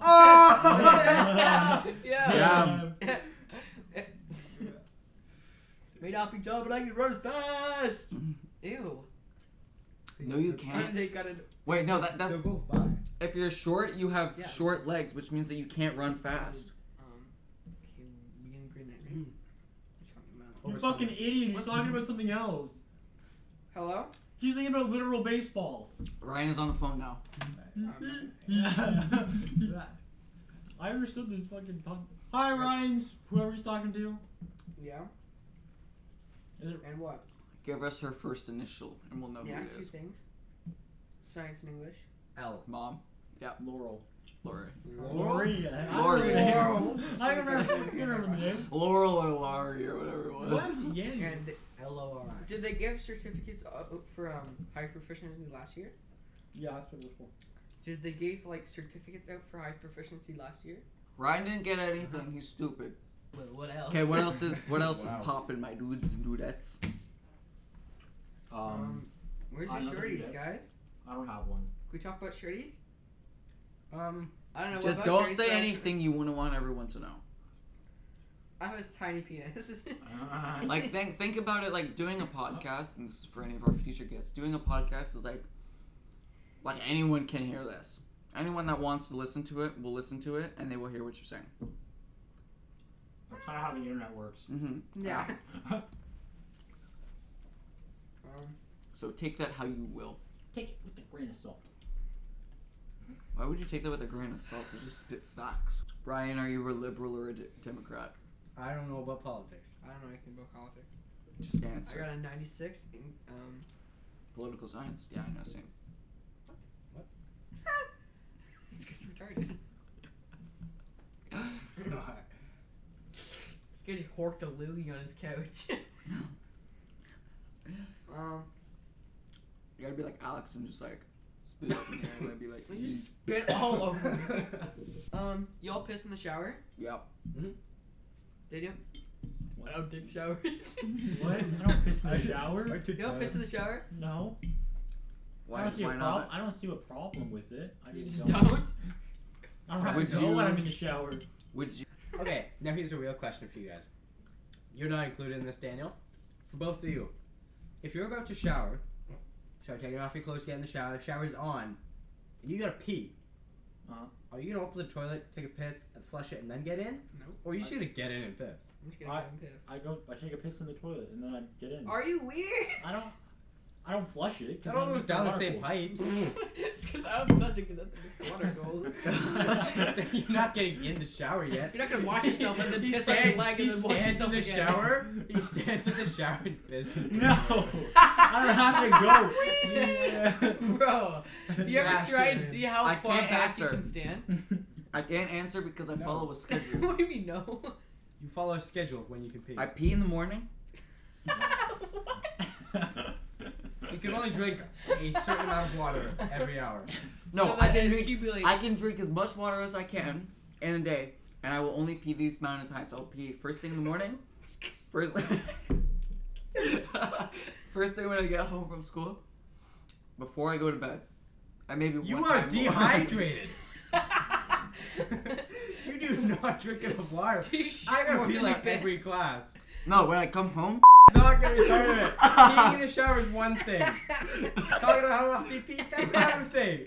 Speaker 6: yeah.
Speaker 2: Yeah.
Speaker 6: May not be tall, but I can run fast. Ew.
Speaker 2: No, you
Speaker 6: And
Speaker 2: can't.
Speaker 6: they got it.
Speaker 2: Wait, no, that, that's
Speaker 4: They're both fine.
Speaker 2: if you're short, you have
Speaker 6: Yeah.
Speaker 2: short legs, which means that you can't run fast.
Speaker 6: Um, can we can agree on that, right? What's wrong with my mouth?
Speaker 5: You fucking idiot. He's
Speaker 6: What's-
Speaker 5: talking about something else.
Speaker 6: Hello?
Speaker 5: He's thinking about literal baseball.
Speaker 2: Ryan is on the phone now.
Speaker 6: Um,
Speaker 5: I understood this fucking pun. Hi, Ryan's. Whoever's talking to.
Speaker 6: yeah.
Speaker 5: Is it-
Speaker 6: And what?
Speaker 2: Give us her first initial, and we'll know
Speaker 6: Yeah,
Speaker 2: who it
Speaker 6: two
Speaker 2: is.
Speaker 6: things. Science and English.
Speaker 4: L.
Speaker 2: Mom,
Speaker 5: Laurel.
Speaker 2: Lori,
Speaker 5: Lori. I
Speaker 2: Laurel.
Speaker 5: remember the name.
Speaker 6: Laurel.
Speaker 5: I remember, I remember the name.
Speaker 2: Laurel or Laurie or whatever it was.
Speaker 5: What? Yeah.
Speaker 6: And
Speaker 4: L O R I.
Speaker 6: did they give certificates uh, for um, high proficiency last year?
Speaker 5: Yeah, that's what it was for.
Speaker 6: Did they give like certificates out for high proficiency last year?
Speaker 2: Ryan didn't get anything. He's stupid.
Speaker 4: What, what else?
Speaker 2: Okay, what else is what else
Speaker 1: Wow.
Speaker 2: is popping, my dudes and dudettes?
Speaker 5: Um,
Speaker 6: where's
Speaker 5: I'm
Speaker 6: your
Speaker 5: not gonna do
Speaker 6: shorties,
Speaker 5: that.
Speaker 6: guys?
Speaker 5: I don't have one.
Speaker 6: Can we talk about shorties?
Speaker 4: Um,
Speaker 6: I don't know.
Speaker 2: Just
Speaker 6: what about
Speaker 2: don't
Speaker 6: shorties,
Speaker 2: say
Speaker 6: but I-
Speaker 2: anything you wouldn't want everyone to know.
Speaker 6: I have a tiny penis.
Speaker 5: Ah.
Speaker 2: Like think think about it like doing a podcast, and this is for any of our future guests, doing a podcast is like like anyone can hear this. Anyone that wants to listen to it will listen to it and they will hear what you're saying.
Speaker 5: That's not how the internet works.
Speaker 2: hmm
Speaker 6: yeah.
Speaker 5: Yeah.
Speaker 6: Um,
Speaker 2: So take that how you will.
Speaker 5: Take it with a grain of salt.
Speaker 2: Why would you take that with a grain of salt to just spit facts? Ryan, are you a liberal or a d- Democrat?
Speaker 4: I don't know about politics.
Speaker 6: I don't know anything about politics.
Speaker 2: Just
Speaker 6: I
Speaker 2: answer.
Speaker 6: got a 96 in um.
Speaker 2: Political science. Yeah, I know. Same.
Speaker 6: this guy's retarded. This guy just horked a loogie on his couch. um,
Speaker 2: You gotta be like Alex and just like spit it up in the air and I'd be like,
Speaker 6: he just spit all
Speaker 4: Oh,
Speaker 6: over me. Um, y'all piss in the shower?
Speaker 2: Yep.
Speaker 6: Did you? I don't take showers.
Speaker 5: What? I don't piss in the shower.
Speaker 6: y'all piss in the shower?
Speaker 5: No. I
Speaker 2: Why,
Speaker 5: don't see
Speaker 2: why
Speaker 5: a problem.
Speaker 2: not?
Speaker 5: I don't see a problem with it. I
Speaker 6: You
Speaker 5: just
Speaker 6: just
Speaker 5: don't.
Speaker 6: don't.
Speaker 5: I don't have
Speaker 2: Would
Speaker 5: to go when
Speaker 2: you-
Speaker 5: I'm in the shower.
Speaker 2: Would you?
Speaker 4: Okay, now here's a real question for you guys. You're not included in this, Daniel. For both of you, if you're about to shower, start taking off your clothes, get in the shower, the shower's on, and you gotta pee.
Speaker 5: Uh-huh.
Speaker 4: Are you gonna open the toilet, take a piss, and flush it, and then get in?
Speaker 6: No.
Speaker 4: Or are you just gonna get in and piss?
Speaker 6: I'm just gonna
Speaker 5: I-
Speaker 6: go and piss.
Speaker 5: I go. I take a piss in the toilet and then I get in.
Speaker 6: Are you weird?
Speaker 5: I don't. I don't flush it. 'cause
Speaker 4: Not all
Speaker 5: then
Speaker 4: those
Speaker 5: it's in
Speaker 4: down the
Speaker 5: water
Speaker 4: same
Speaker 5: pool.
Speaker 4: pipes.
Speaker 6: it's because I don't flush it because that makes the water cold.
Speaker 4: you're not getting in the shower yet.
Speaker 6: You're not gonna wash yourself and then
Speaker 4: He
Speaker 6: piss on your
Speaker 4: stand-
Speaker 6: leg and
Speaker 4: he
Speaker 6: then wash
Speaker 4: stands
Speaker 6: yourself
Speaker 4: in the
Speaker 6: again.
Speaker 4: shower. He stands in the shower and pisses.
Speaker 5: No. I don't have to go.
Speaker 6: Bro, you ever try and see how
Speaker 2: I
Speaker 6: far
Speaker 2: can't
Speaker 6: back you
Speaker 2: answer.
Speaker 6: can stand?
Speaker 2: I can't answer because I
Speaker 4: No.
Speaker 2: follow a schedule.
Speaker 6: what do you mean no?
Speaker 4: You follow a schedule of when you can pee.
Speaker 2: I pee in the morning.
Speaker 6: What?
Speaker 4: You can only drink a certain amount of water every hour.
Speaker 2: No,
Speaker 6: So
Speaker 2: I
Speaker 6: that
Speaker 2: can
Speaker 6: it
Speaker 2: drink.
Speaker 6: accumulates.
Speaker 2: I can drink as much water as I can in a day, and I will only pee these amount of times. I'll pee first thing in the morning. First. first thing when I get home from school. Before I go to bed. I maybe
Speaker 4: You
Speaker 2: one
Speaker 4: are
Speaker 2: time more.
Speaker 4: dehydrated. You do not drink enough water.
Speaker 6: You shit
Speaker 4: I
Speaker 6: more
Speaker 4: gotta pee
Speaker 6: than
Speaker 4: like
Speaker 6: you piss.
Speaker 4: every class.
Speaker 2: no, when I come home.
Speaker 4: Not gonna be part of it. Peeing in the shower is one thing. Talking about how often you pee, that's another thing.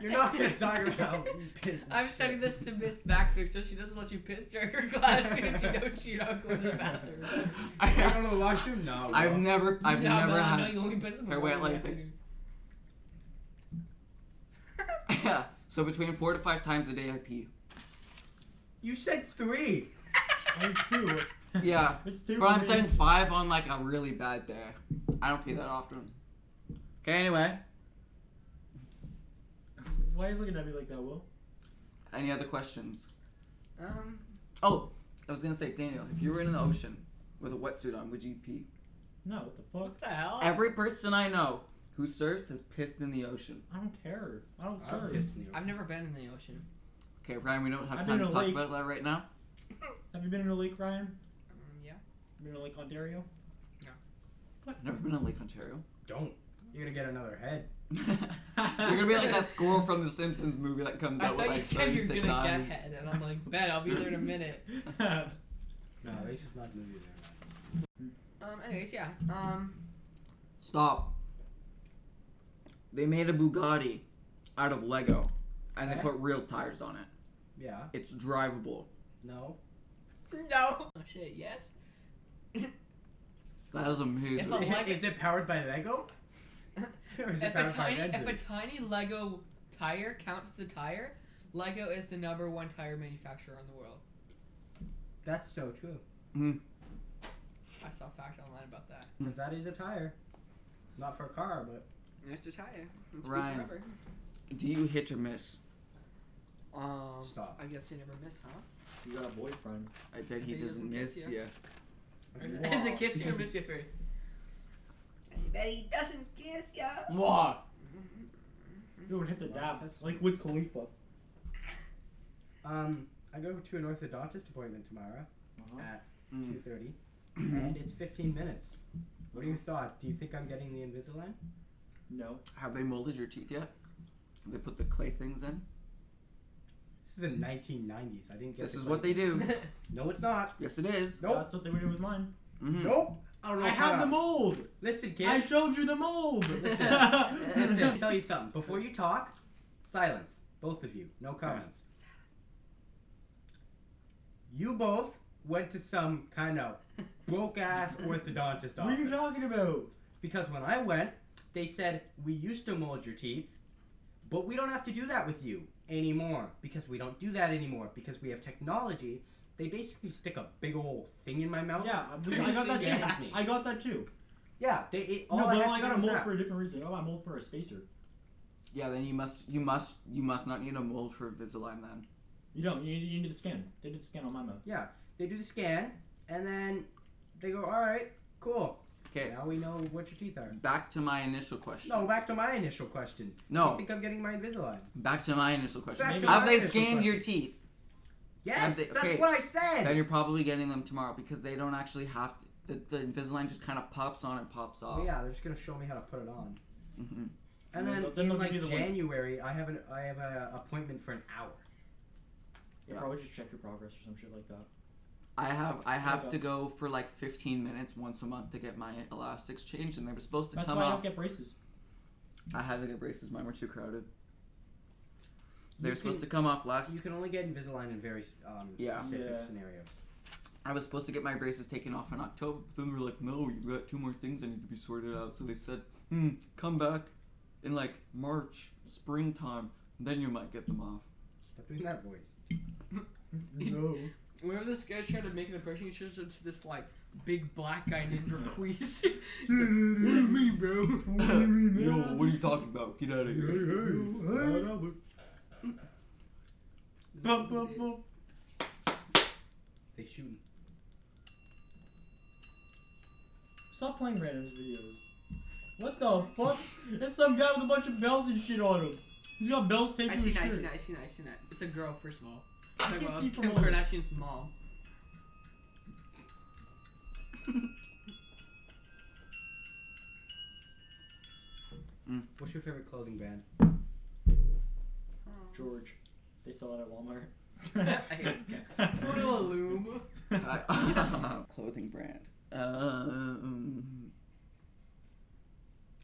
Speaker 4: You're not gonna talk about how you piss. and
Speaker 6: I'm
Speaker 4: shit.
Speaker 6: sending this to Miss Baxter so she doesn't let you piss during her class because she knows you don't go to the bathroom.
Speaker 4: I
Speaker 2: I,
Speaker 4: go to the washroom. No.
Speaker 2: I've
Speaker 4: no.
Speaker 2: never. I've
Speaker 6: no,
Speaker 2: never
Speaker 6: no,
Speaker 2: had.
Speaker 6: No, you only piss in the
Speaker 2: Or wait,
Speaker 6: morning
Speaker 2: let me
Speaker 6: and afternoon.
Speaker 2: Yeah. So between four to five times a day I pee.
Speaker 4: You said three.
Speaker 5: I'm two.
Speaker 2: Yeah.
Speaker 5: It's two.
Speaker 2: But
Speaker 5: for
Speaker 2: I'm
Speaker 5: me.
Speaker 2: saying five on like a really bad day. I don't pee that often. Okay, anyway.
Speaker 5: Why are you looking at me like that, Will?
Speaker 2: Any other questions?
Speaker 6: Um,
Speaker 2: Oh, I was gonna say, Daniel, if you were in the ocean with a wetsuit on, would you pee?
Speaker 5: No, what the fuck?
Speaker 4: What the
Speaker 6: Oh.
Speaker 4: hell?
Speaker 2: Every person I know who surfs has pissed in the ocean.
Speaker 5: I don't care. I don't
Speaker 4: I'm
Speaker 5: serve.
Speaker 4: pissed in the
Speaker 6: I've
Speaker 4: ocean.
Speaker 6: never been in the ocean.
Speaker 2: Okay, Ryan, we don't have
Speaker 5: I've
Speaker 2: time
Speaker 5: been
Speaker 2: to talk
Speaker 5: awake.
Speaker 2: about that right now.
Speaker 5: Have you been in a lake, Ryan?
Speaker 6: Um, yeah.
Speaker 5: Been in a lake, Ontario?
Speaker 2: I've never been on Lake Ontario.
Speaker 4: Don't. You're gonna get another head.
Speaker 2: you're gonna be like that score from the Simpsons movie that comes
Speaker 6: I
Speaker 2: out with
Speaker 6: thought you
Speaker 2: like
Speaker 6: said you
Speaker 2: 36
Speaker 6: were gonna
Speaker 2: eyes.
Speaker 6: get head, and I'm like, bet I'll be there in a minute.
Speaker 4: No, it's just not gonna be there.
Speaker 6: Um, anyways, yeah. Um,
Speaker 2: Stop. They made a Bugatti out of Lego, and they
Speaker 4: Okay.
Speaker 2: put real tires on it.
Speaker 4: Yeah.
Speaker 2: It's drivable.
Speaker 4: No.
Speaker 6: no. Oh shit. Yes.
Speaker 2: That was amazing.
Speaker 6: If a Lego-
Speaker 4: Is it powered by Lego? Or is it
Speaker 6: If a
Speaker 4: powered by
Speaker 6: tiny,
Speaker 4: an
Speaker 6: if a
Speaker 4: engine?
Speaker 6: tiny Lego tire counts as a tire, Lego is the number one tire manufacturer in the world.
Speaker 4: That's so true.
Speaker 6: I saw a fact online about that.
Speaker 4: Because that is a tire. Not for a car, but
Speaker 6: It's a tire. It's
Speaker 2: of Ryan. rubber. Do you hit or miss?
Speaker 6: Um,
Speaker 4: Stop.
Speaker 6: I guess you never miss, huh?
Speaker 5: you got a boyfriend.
Speaker 2: I bet he,
Speaker 6: he
Speaker 2: doesn't,
Speaker 6: doesn't
Speaker 2: miss
Speaker 6: kiss
Speaker 2: you.
Speaker 6: you. Is it kiss you or miss you first? Anybody doesn't kiss ya.
Speaker 2: Mwah.
Speaker 5: You would hit the
Speaker 4: Wow,
Speaker 5: dab.
Speaker 4: that's-
Speaker 5: Like with Khalifa.
Speaker 4: Um, I go to an orthodontist appointment tomorrow
Speaker 5: Oh.
Speaker 4: at
Speaker 2: Mm.
Speaker 4: two thirty, and it's fifteen minutes. What are your thoughts? Do you think I'm getting the Invisalign?
Speaker 5: No.
Speaker 2: Have they molded your teeth yet? Have they put the clay things in?
Speaker 4: This is in 1990s. I didn't get.
Speaker 2: This
Speaker 4: the
Speaker 2: is what
Speaker 4: claim.
Speaker 2: they do.
Speaker 4: No, it's not.
Speaker 2: yes, it is.
Speaker 4: Nope.
Speaker 5: That's what they would do with mine.
Speaker 2: Mhm.
Speaker 4: Nope. I don't know.
Speaker 5: I
Speaker 4: if
Speaker 5: have
Speaker 4: I-
Speaker 5: the mold.
Speaker 4: Listen, kid.
Speaker 5: I showed you the mold.
Speaker 4: Listen, I'll tell you something. Before you talk, silence. Both of you. No comments. You both went to some kind of broke ass orthodontist
Speaker 5: What are you
Speaker 4: office.
Speaker 5: talking about?
Speaker 4: Because when I went, they said, We used to mold your teeth, but we don't have to do that with you anymore. Because we don't do that anymore. Because we have technology. They basically stick a big old thing in my mouth.
Speaker 5: Yeah, I-
Speaker 4: They're
Speaker 5: I
Speaker 4: just
Speaker 5: got that
Speaker 4: against
Speaker 5: too.
Speaker 4: me.
Speaker 5: I got that too.
Speaker 4: Yeah, they, it, all
Speaker 5: no,
Speaker 4: I
Speaker 5: but
Speaker 4: had
Speaker 5: I
Speaker 4: to
Speaker 5: got
Speaker 4: do
Speaker 5: a
Speaker 4: was
Speaker 5: mold
Speaker 4: that.
Speaker 5: for a different reason. I got my mold for a spacer.
Speaker 2: Yeah, then you must, you must, you must not need a mold for Invisalign then.
Speaker 5: You don't. You, you need the scan. They did the scan on my mouth.
Speaker 4: They do the scan, and then they go, all right, cool.
Speaker 2: Okay.
Speaker 4: Now we know what your teeth are.
Speaker 2: Back to my initial question.
Speaker 4: No, back to my initial question. Do you
Speaker 2: No,
Speaker 4: think I'm getting my Invisalign?
Speaker 2: back to my initial question.
Speaker 4: Back
Speaker 5: to
Speaker 2: Have
Speaker 4: my
Speaker 2: they
Speaker 4: initial
Speaker 2: scanned
Speaker 4: question.
Speaker 2: your teeth?
Speaker 4: Yes,
Speaker 2: they- okay.
Speaker 4: that's what I
Speaker 2: Then
Speaker 4: said.
Speaker 2: you're probably getting them tomorrow because they don't actually have to, the, the Invisalign just kind of pops on and pops off.
Speaker 4: Oh, yeah, they're just gonna show me how to put it on.
Speaker 2: Mhm.
Speaker 4: And
Speaker 5: No,
Speaker 4: then,
Speaker 5: but then
Speaker 4: in
Speaker 5: they'll
Speaker 4: like
Speaker 5: give you the one-
Speaker 4: January, I have an I have a appointment for an hour.
Speaker 5: You
Speaker 2: Yeah.
Speaker 5: probably just check your progress or some shit like that.
Speaker 2: I have I have
Speaker 5: Okay.
Speaker 2: to go for like 15 minutes once a month to get my elastics changed, and they were supposed to
Speaker 5: That's
Speaker 2: come
Speaker 5: why I
Speaker 2: off.
Speaker 5: don't get braces.
Speaker 2: I had to get braces. Mine were too crowded. They're
Speaker 4: You
Speaker 2: supposed
Speaker 4: can-
Speaker 2: to come off last.
Speaker 4: You can only get Invisalign in very um,
Speaker 2: Yeah.
Speaker 4: specific
Speaker 5: Yeah.
Speaker 4: scenarios.
Speaker 2: I was supposed to get my braces taken off in October, but then they were like, "No, you got two more things that need to be sorted out." So they said, "Hmm, come back in like March, springtime, then you might get them off."
Speaker 4: Stop doing that voice.
Speaker 5: No.
Speaker 6: Whenever this guy tried to make an impression, he turns into this like big black guy named Raquise. He's like, what do you mean, bro?
Speaker 2: Yo, what are you talking about? Get out of here.
Speaker 5: Bum, bum, bum.
Speaker 4: They shoot.
Speaker 5: Stop playing random videos. What the fuck? That's some guy with a bunch of bells and shit on him. He's got bells taped
Speaker 6: I
Speaker 5: to
Speaker 6: see
Speaker 5: his
Speaker 6: that, I
Speaker 5: shirt.
Speaker 6: see that, I see that, I see that. It's a girl, first of all.
Speaker 5: can
Speaker 6: Second of all,
Speaker 5: see
Speaker 6: it's
Speaker 5: from
Speaker 6: Kim
Speaker 5: over there.
Speaker 6: Kardashian's mom.
Speaker 4: What's your favorite clothing brand?
Speaker 5: George. They sell it at Walmart.
Speaker 6: I hate this Fruitaloom.
Speaker 2: I- Clothing brand. Um,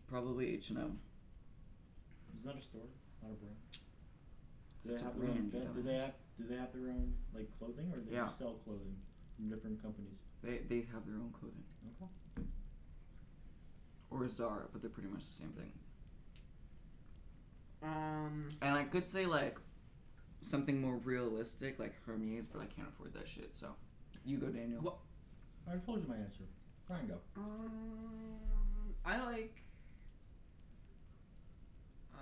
Speaker 2: probably H and M.
Speaker 5: Is that a store? Not a brand. Do
Speaker 2: It's
Speaker 5: they
Speaker 2: a
Speaker 5: have their own?
Speaker 2: brand.
Speaker 5: Do, do
Speaker 2: dumbass.
Speaker 5: they have? Do they have their own like clothing, or do they
Speaker 2: Yeah.
Speaker 5: just sell clothing from different companies?
Speaker 2: They they have their own clothing.
Speaker 5: Okay.
Speaker 2: Or Zara, but they're pretty much the same thing.
Speaker 6: Um,
Speaker 2: And I could say like something more realistic, like Hermes, but I can't afford that shit. So you go, Daniel.
Speaker 6: What-
Speaker 5: I told you my answer. Fine, go.
Speaker 6: um, I like. uh,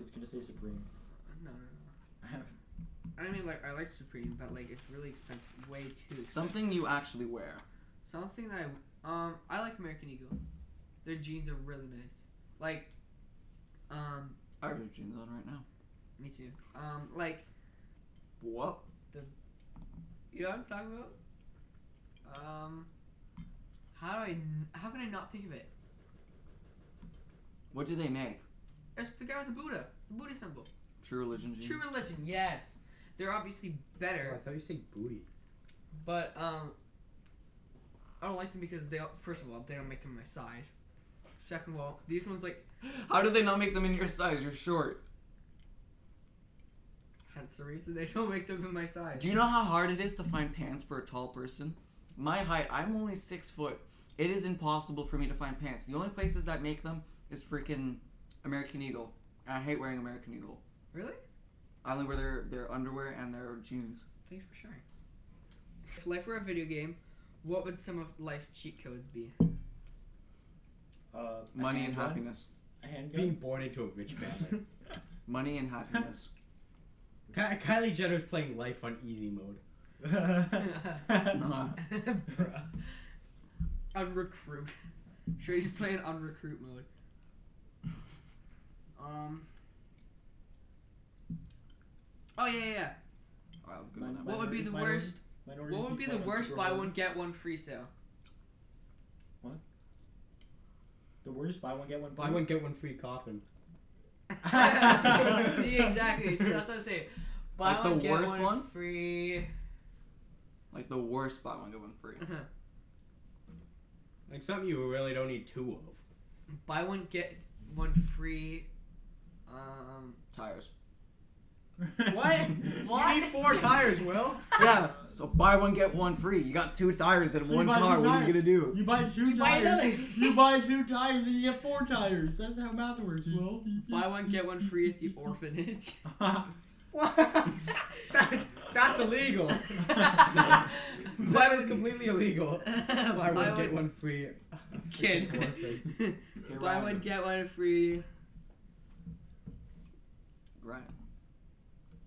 Speaker 5: It's gonna say Supreme.
Speaker 6: No, no, no. I mean, like I like Supreme, but like it's really expensive, way too. Expensive.
Speaker 2: Something you actually wear.
Speaker 6: Something that I um I like American Eagle. Their jeans are really nice. Like, um,
Speaker 2: I have your jeans on right now.
Speaker 6: me too. Um, like
Speaker 2: What?
Speaker 6: you know what I'm talking about. Um, how do I? n- How can I not think of it?
Speaker 2: What do they make?
Speaker 6: It's the guy with the Buddha, the Buddha symbol.
Speaker 2: True religion jeans.
Speaker 6: True religion, yes. They're obviously better.
Speaker 4: Oh, I thought you said booty.
Speaker 6: But um, I don't like them because they first of all they don't make them my size. Second of all, these ones like
Speaker 2: How do they not make them in your size? You're short.
Speaker 6: hence the reason they don't make them in my size.
Speaker 2: Do you know how hard it is to find pants for a tall person? My height, I'm only six foot. It is impossible for me to find pants. The only places that make them is freaking American Eagle. And I hate wearing American Eagle.
Speaker 6: really?
Speaker 2: I only wear their, their underwear and their jeans.
Speaker 6: Thanks for sharing. If life were a video game, what would some of life's cheat codes be?
Speaker 5: Uh, a
Speaker 2: Money and
Speaker 5: handgun?
Speaker 2: happiness.
Speaker 5: A handgun.
Speaker 4: Being born into a rich family.
Speaker 2: Money and happiness.
Speaker 4: Ky- Kylie Jenner's playing life on easy mode.
Speaker 2: Nah.
Speaker 6: Bruh. Unrecruit. Sure, he's playing unrecruit mode. Um. Oh yeah, yeah. yeah.
Speaker 2: Alright, I'll go with that
Speaker 5: Mine-
Speaker 2: one.
Speaker 6: What would be the
Speaker 5: Minority-
Speaker 6: worst?
Speaker 5: Minorities
Speaker 6: What would be the
Speaker 5: played on
Speaker 6: worst
Speaker 5: Super
Speaker 6: buy
Speaker 5: Bowl.
Speaker 6: one get one free sale?
Speaker 5: The worst buy one get one.
Speaker 4: Buy
Speaker 5: free?
Speaker 4: one get one free coffin.
Speaker 6: See exactly. See that's what I say. Buy
Speaker 2: Like the
Speaker 6: one get
Speaker 2: worst
Speaker 6: one,
Speaker 2: one?
Speaker 6: free.
Speaker 2: Like the worst buy one, get one free.
Speaker 4: Like something you really don't need two of.
Speaker 6: buy one get one free. Um.
Speaker 2: Tires.
Speaker 4: What?
Speaker 6: What?
Speaker 4: You need four tires, Will.
Speaker 2: Yeah, so buy one, get one free. You got two tires in
Speaker 5: So you
Speaker 2: one
Speaker 5: buy two
Speaker 2: car. What are you
Speaker 5: tires.
Speaker 2: gonna do?
Speaker 5: You buy two
Speaker 4: You buy
Speaker 5: tires.
Speaker 4: another.
Speaker 5: you buy two tires and you get four tires. That's how math works, Will.
Speaker 6: Buy one get one free at the orphanage.
Speaker 4: What? That, that's illegal.
Speaker 6: buy
Speaker 4: That is completely illegal.
Speaker 6: buy
Speaker 4: Buy one get one free.
Speaker 6: kid.
Speaker 4: Orphan.
Speaker 6: buy one get one free.
Speaker 2: Right.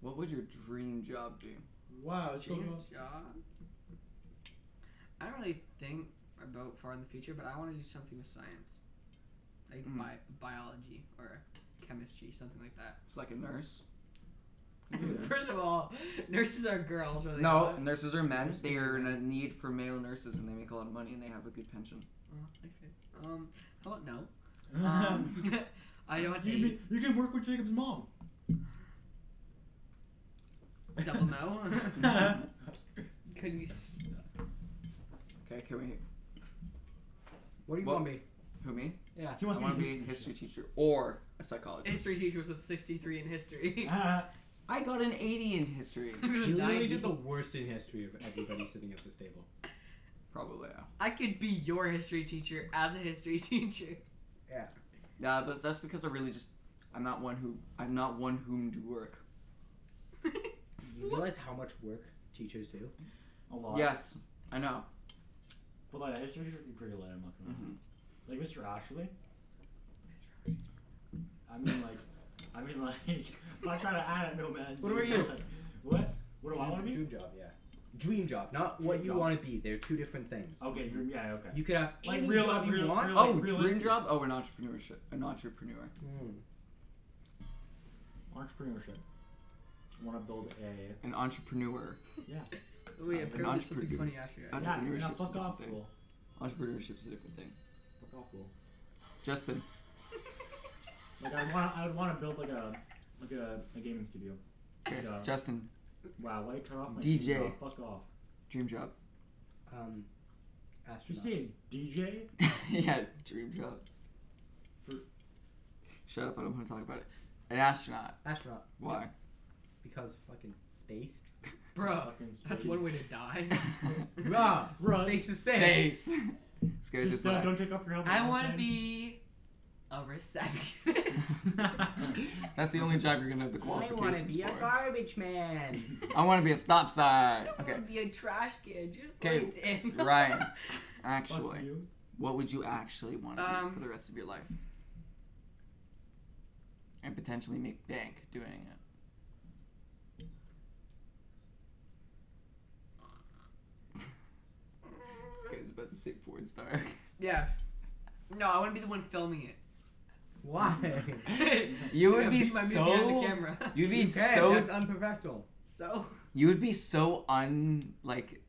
Speaker 2: What would your dream job be?
Speaker 5: wow, it's so
Speaker 6: James
Speaker 5: close.
Speaker 6: Job. I don't really think about far in the future, but I want to do something with science, like
Speaker 2: Mm.
Speaker 6: bi- biology or chemistry, something like that.
Speaker 2: It's like a nurse.
Speaker 6: First of all, nurses are girls. Really
Speaker 2: No,
Speaker 6: not.
Speaker 2: nurses are men.
Speaker 5: Nurses
Speaker 2: They
Speaker 5: are
Speaker 2: are in
Speaker 5: men.
Speaker 2: a need for male nurses, and they make a lot of money, and they have a good pension.
Speaker 6: Oh, okay. Um, how about no? Um, I don't want
Speaker 5: you, can be,
Speaker 6: AIDS.
Speaker 5: you can work with Jacob's mom.
Speaker 6: Double no. Could you? s-
Speaker 2: Okay, can we?
Speaker 4: What do you
Speaker 2: What?
Speaker 4: want me?
Speaker 2: Who me?
Speaker 4: Yeah.
Speaker 5: he
Speaker 2: I
Speaker 5: wants
Speaker 2: want to
Speaker 5: me
Speaker 2: be a history teacher or a psychologist.
Speaker 6: History teacher was a 63 in history.
Speaker 5: Uh,
Speaker 2: I got an 80 in history.
Speaker 4: You literally did the worst in history of everybody sitting at this table.
Speaker 2: Probably. Yeah.
Speaker 6: I could be your history teacher as a history teacher.
Speaker 2: Yeah, but that's because I really just I'm not one who I'm not one whom do work.
Speaker 4: You realize how much work teachers do?
Speaker 5: a lot.
Speaker 2: Yes, I know.
Speaker 5: But like history should be pretty light. I'm not gonna.
Speaker 2: Mhm.
Speaker 5: lie. Like Mr. Ashley. I mean, like, I mean, like, I'm not trying to add it, no man.
Speaker 4: What about you?
Speaker 5: What? What do I want to be?
Speaker 4: Dream job, yeah. Dream job, not what
Speaker 5: Dream
Speaker 4: you
Speaker 5: job.
Speaker 4: want to be. They're two different things.
Speaker 5: Okay, dream. Oh, Yeah, okay.
Speaker 4: You could have
Speaker 5: Like
Speaker 4: any
Speaker 5: real-
Speaker 4: job you
Speaker 5: real-
Speaker 4: want.
Speaker 5: real-
Speaker 2: Oh,
Speaker 5: like
Speaker 2: dream
Speaker 5: realistic.
Speaker 2: job? Oh, an entrepreneurship, an entrepreneur.
Speaker 4: Mm.
Speaker 5: Entrepreneurship. I want to build a.
Speaker 2: An entrepreneur.
Speaker 6: Wait,
Speaker 2: I'm an
Speaker 6: apparently something
Speaker 2: entrepreneur.
Speaker 6: funny after.
Speaker 2: I'm-
Speaker 5: Yeah,
Speaker 2: Entrepreneurship's
Speaker 5: yeah,
Speaker 2: a
Speaker 5: fuck
Speaker 2: different
Speaker 5: off,
Speaker 2: thing.
Speaker 5: fool.
Speaker 2: Entrepreneurship's a different thing.
Speaker 5: Fuck off, fool.
Speaker 2: Justin,
Speaker 5: Like I want, I would want to build like a, like a, a gaming studio.
Speaker 2: okay.
Speaker 5: Yeah.
Speaker 2: Justin,
Speaker 5: Wow, why you cut off my
Speaker 2: DJ.
Speaker 5: Job? Fuck off.
Speaker 2: dream job.
Speaker 4: Um,
Speaker 5: You
Speaker 4: astronaut.
Speaker 5: say DJ?
Speaker 2: yeah, dream job.
Speaker 5: For-
Speaker 2: Shut up! I don't want to talk about it. An astronaut.
Speaker 4: Astronaut,
Speaker 2: Why?
Speaker 4: because fucking space.
Speaker 6: Bro,
Speaker 5: Fucking
Speaker 6: that's
Speaker 5: space.
Speaker 6: one way to die.
Speaker 4: Rah,
Speaker 5: Bruh.
Speaker 4: space is safe.
Speaker 2: Face. this guy's just
Speaker 5: Just uh,
Speaker 2: like.
Speaker 5: don't take off your helmet.
Speaker 6: I
Speaker 5: you know what
Speaker 6: want to
Speaker 5: I'm
Speaker 6: be a receptionist.
Speaker 2: That's the only job you're gonna have the
Speaker 4: I
Speaker 2: qualifications
Speaker 4: want to be
Speaker 2: for.
Speaker 4: a garbage man.
Speaker 2: I want to be a stop sign.
Speaker 6: I
Speaker 2: Okay,
Speaker 6: want to be a trash kid, just
Speaker 2: 'Kay,
Speaker 6: like him.
Speaker 2: Ryan.
Speaker 5: saying? Fuck
Speaker 2: Actually,
Speaker 5: you.
Speaker 2: what would you actually want to be
Speaker 6: Um,
Speaker 2: for the rest of your life? and potentially make bank doing it. this guy's about to say porn star.
Speaker 6: Yeah. No, I want to be the one filming it.
Speaker 4: Why?
Speaker 2: You would
Speaker 6: Yeah,
Speaker 2: be
Speaker 6: be my- be behind
Speaker 2: so-
Speaker 6: the camera.
Speaker 2: You'd be
Speaker 4: you can,
Speaker 2: so
Speaker 4: that's unprofessional.
Speaker 6: so
Speaker 2: you would be so un like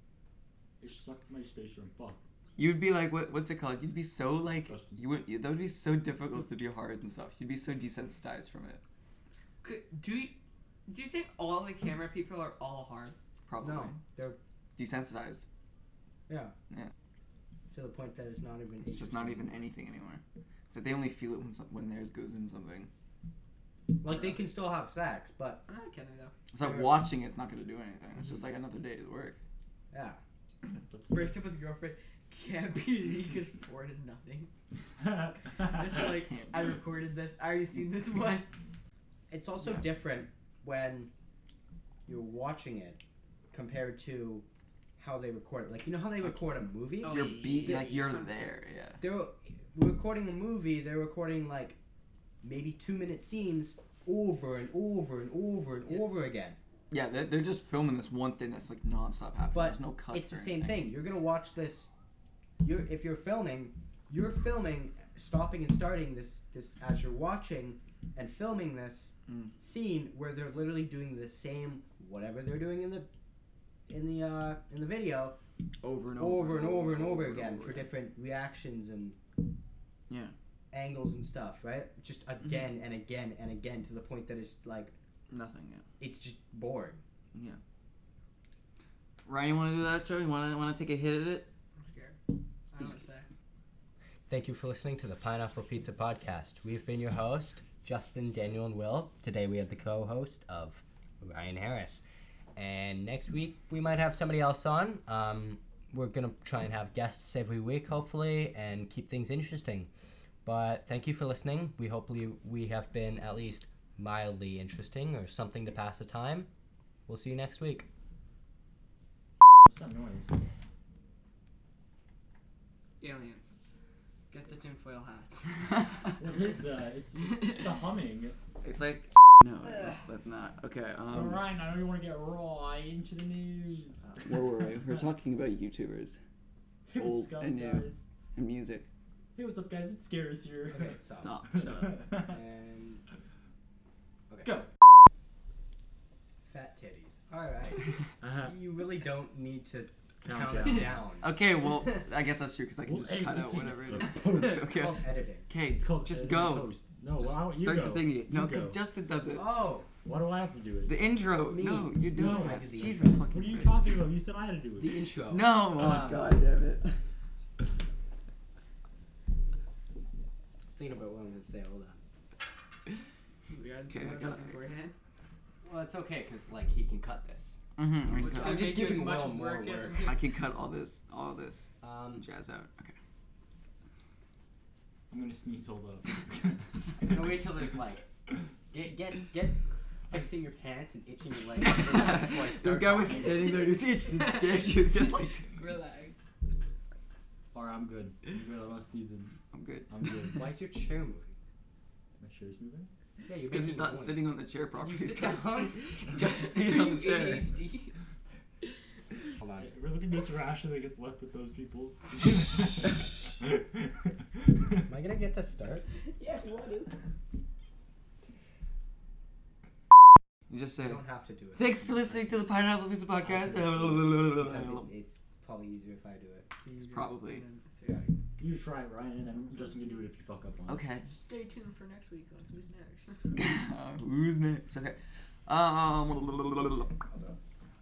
Speaker 3: It sucked my space room. Fuck.
Speaker 2: you'd be like what what's it called? You'd be so like
Speaker 3: Disgusting.
Speaker 2: you would that would be so difficult to be hard and stuff. You'd be so desensitized from it.
Speaker 6: could, do you, do you think all the camera people are all hard?
Speaker 2: Probably
Speaker 4: No, they're-
Speaker 2: desensitized.
Speaker 4: To the point that it's not even.
Speaker 2: It's just not even anything anymore. It's like they only feel it when some, when theirs goes in something.
Speaker 4: Like they can still have sex, but
Speaker 6: I don't know though.
Speaker 2: It's like
Speaker 4: Or-
Speaker 2: watching it's not gonna do anything. It's
Speaker 4: Mm-hmm.
Speaker 2: just like another day at work.
Speaker 4: yeah.
Speaker 6: Breaks up with girlfriend can't be me because porn is nothing. It's like
Speaker 2: Can't
Speaker 6: I
Speaker 2: be.
Speaker 6: recorded this. I already seen this one.
Speaker 4: It's also
Speaker 2: Yeah.
Speaker 4: different when you're watching it compared to how they record it. Like you know how they record a movie?
Speaker 6: Oh,
Speaker 2: You're
Speaker 6: yeah,
Speaker 2: beat
Speaker 6: yeah,
Speaker 2: like
Speaker 6: yeah,
Speaker 2: you're
Speaker 6: yeah.
Speaker 2: there, yeah.
Speaker 4: They're recording a movie, they're recording like maybe 2-minute scenes over and over and over and
Speaker 6: Yeah.
Speaker 4: over again.
Speaker 2: Yeah, they're, they're just filming this one thing that's like nonstop happening.
Speaker 4: But
Speaker 2: There's no cuts.
Speaker 4: it's the
Speaker 2: or
Speaker 4: same
Speaker 2: anything.
Speaker 4: thing. You're gonna watch this. You're if you're filming, you're filming, stopping and starting this this as you're watching and filming this
Speaker 2: Mm.
Speaker 4: scene where they're literally doing the same whatever they're doing in the in the uh, in the video
Speaker 2: Over and
Speaker 4: over and over and over
Speaker 2: and
Speaker 4: again
Speaker 2: over
Speaker 4: for different reactions and
Speaker 2: Yeah.
Speaker 4: angles and stuff right just again and again and again to the point that it's like
Speaker 2: Nothing. Yeah.
Speaker 4: it's just boring
Speaker 2: Ryan, you want to do that, Joe? You want to want to take a hit at it?
Speaker 6: I'm scared. I don't know what to say.
Speaker 1: Thank you for listening to the Pineapple Pizza Podcast. We've been your host, Justin, Daniel, and Will. Today we have the co host of Ryan Harris. And next week we might have somebody else on. Um, we're going to try and have guests every week, hopefully, and keep things interesting. But thank you for listening. We hopefully we have been at least mildly interesting or something to pass the time. We'll see you next week.
Speaker 3: What's that noise?
Speaker 6: Aliens. Get the tinfoil hats.
Speaker 3: What is that? It's, it's the humming.
Speaker 2: It's like no, that's, that's not okay.
Speaker 3: But
Speaker 2: Um,
Speaker 3: Ryan, I don't even want to get raw into the news.
Speaker 2: Uh, where were we? We're talking about YouTubers
Speaker 3: Hey, what's
Speaker 2: old
Speaker 3: up,
Speaker 2: and new.
Speaker 3: guys?
Speaker 2: and music.
Speaker 3: Hey, what's up, guys? It's Scary's here.
Speaker 4: okay so
Speaker 2: Stop. Shut up.
Speaker 4: and
Speaker 3: Go.
Speaker 4: fat titties all right
Speaker 5: Uh-huh.
Speaker 4: you really don't need to
Speaker 5: Count
Speaker 4: count
Speaker 5: it
Speaker 4: it down
Speaker 2: Okay, well, I guess that's true because I can
Speaker 3: Well,
Speaker 2: just
Speaker 3: hey,
Speaker 2: cut
Speaker 3: this
Speaker 2: out
Speaker 3: thing-
Speaker 2: whatever it
Speaker 3: let's
Speaker 2: is.
Speaker 3: post.
Speaker 4: it's
Speaker 2: okay.
Speaker 4: called editing
Speaker 2: Okay,
Speaker 3: It's called.
Speaker 2: just
Speaker 3: uh,
Speaker 2: go.
Speaker 3: Post. No,
Speaker 2: Just
Speaker 3: why don't you
Speaker 2: start
Speaker 3: go?
Speaker 2: the thingy. No,
Speaker 3: You
Speaker 2: because
Speaker 3: go.
Speaker 2: Justin does it.
Speaker 4: oh
Speaker 3: Why do I have to do it?
Speaker 2: The intro.
Speaker 4: Me.
Speaker 2: No, you're doing
Speaker 3: No.
Speaker 2: this.
Speaker 4: The
Speaker 2: Jesus
Speaker 4: intro.
Speaker 2: fucking
Speaker 3: What are you
Speaker 2: Christ.
Speaker 3: talking about? You said I had to do it.
Speaker 4: the intro
Speaker 2: No. Mm-hmm,
Speaker 4: Uh,
Speaker 2: Oh, God damn it.
Speaker 4: Think about what I'm gonna say. Hold on.
Speaker 6: We got
Speaker 2: Okay, I
Speaker 6: we're
Speaker 2: got it.
Speaker 6: beforehand.
Speaker 4: Well, it's okay because like he can cut this.
Speaker 2: Mm-hmm. I'm
Speaker 6: Which
Speaker 2: just
Speaker 6: could
Speaker 2: gonna, I'm just
Speaker 6: make you as
Speaker 4: giving
Speaker 6: much
Speaker 4: Will more
Speaker 6: work as
Speaker 4: work.
Speaker 6: we can.
Speaker 2: I can cut all this, all this
Speaker 4: Um,
Speaker 2: jazz out. Okay.
Speaker 3: I'm gonna sneeze. Hold up.
Speaker 4: I'm gonna wait till there's like get get get fixing your pants and itching your legs. before I
Speaker 2: this
Speaker 4: start
Speaker 2: guy was
Speaker 4: talking.
Speaker 2: standing there, he's itching his dick. He was just like,
Speaker 6: Relax.
Speaker 3: Alright, I'm good. I'm good. I'm not sneezing.
Speaker 2: I'm good.
Speaker 3: I'm good.
Speaker 4: Why is your chair moving?
Speaker 3: My chair's moving.
Speaker 4: Yeah, you're
Speaker 2: It's because he's
Speaker 4: making
Speaker 2: not
Speaker 4: noise.
Speaker 2: sitting on the chair
Speaker 4: Can
Speaker 2: properly.
Speaker 4: You
Speaker 2: He's
Speaker 4: sit
Speaker 2: got his-
Speaker 4: down.
Speaker 2: he's got his feet on the
Speaker 6: You
Speaker 2: chair.
Speaker 6: ADHD.
Speaker 4: Hold on.
Speaker 3: We're looking this ration that gets left with those people.
Speaker 4: Am I gonna get to start?
Speaker 6: Yeah, what is
Speaker 2: You just
Speaker 4: You
Speaker 2: say,
Speaker 4: don't have to do it.
Speaker 2: thanks for listening to the Pineapple Pizza
Speaker 4: Because it,
Speaker 2: Podcast.
Speaker 4: it's probably easier if I do it.
Speaker 2: It's probably-
Speaker 3: you try it, Ryan, and then Justin can do it if you fuck up on it.
Speaker 2: Okay.
Speaker 6: Stay tuned for next week on Who's Next.
Speaker 2: Who's next? Okay. Um,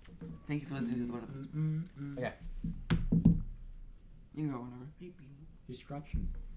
Speaker 2: thank you for listening to the Pineapple Pizza
Speaker 3: Mm-mm-mm.
Speaker 2: You can go whenever.
Speaker 6: Beep, beep.
Speaker 3: He's scratching.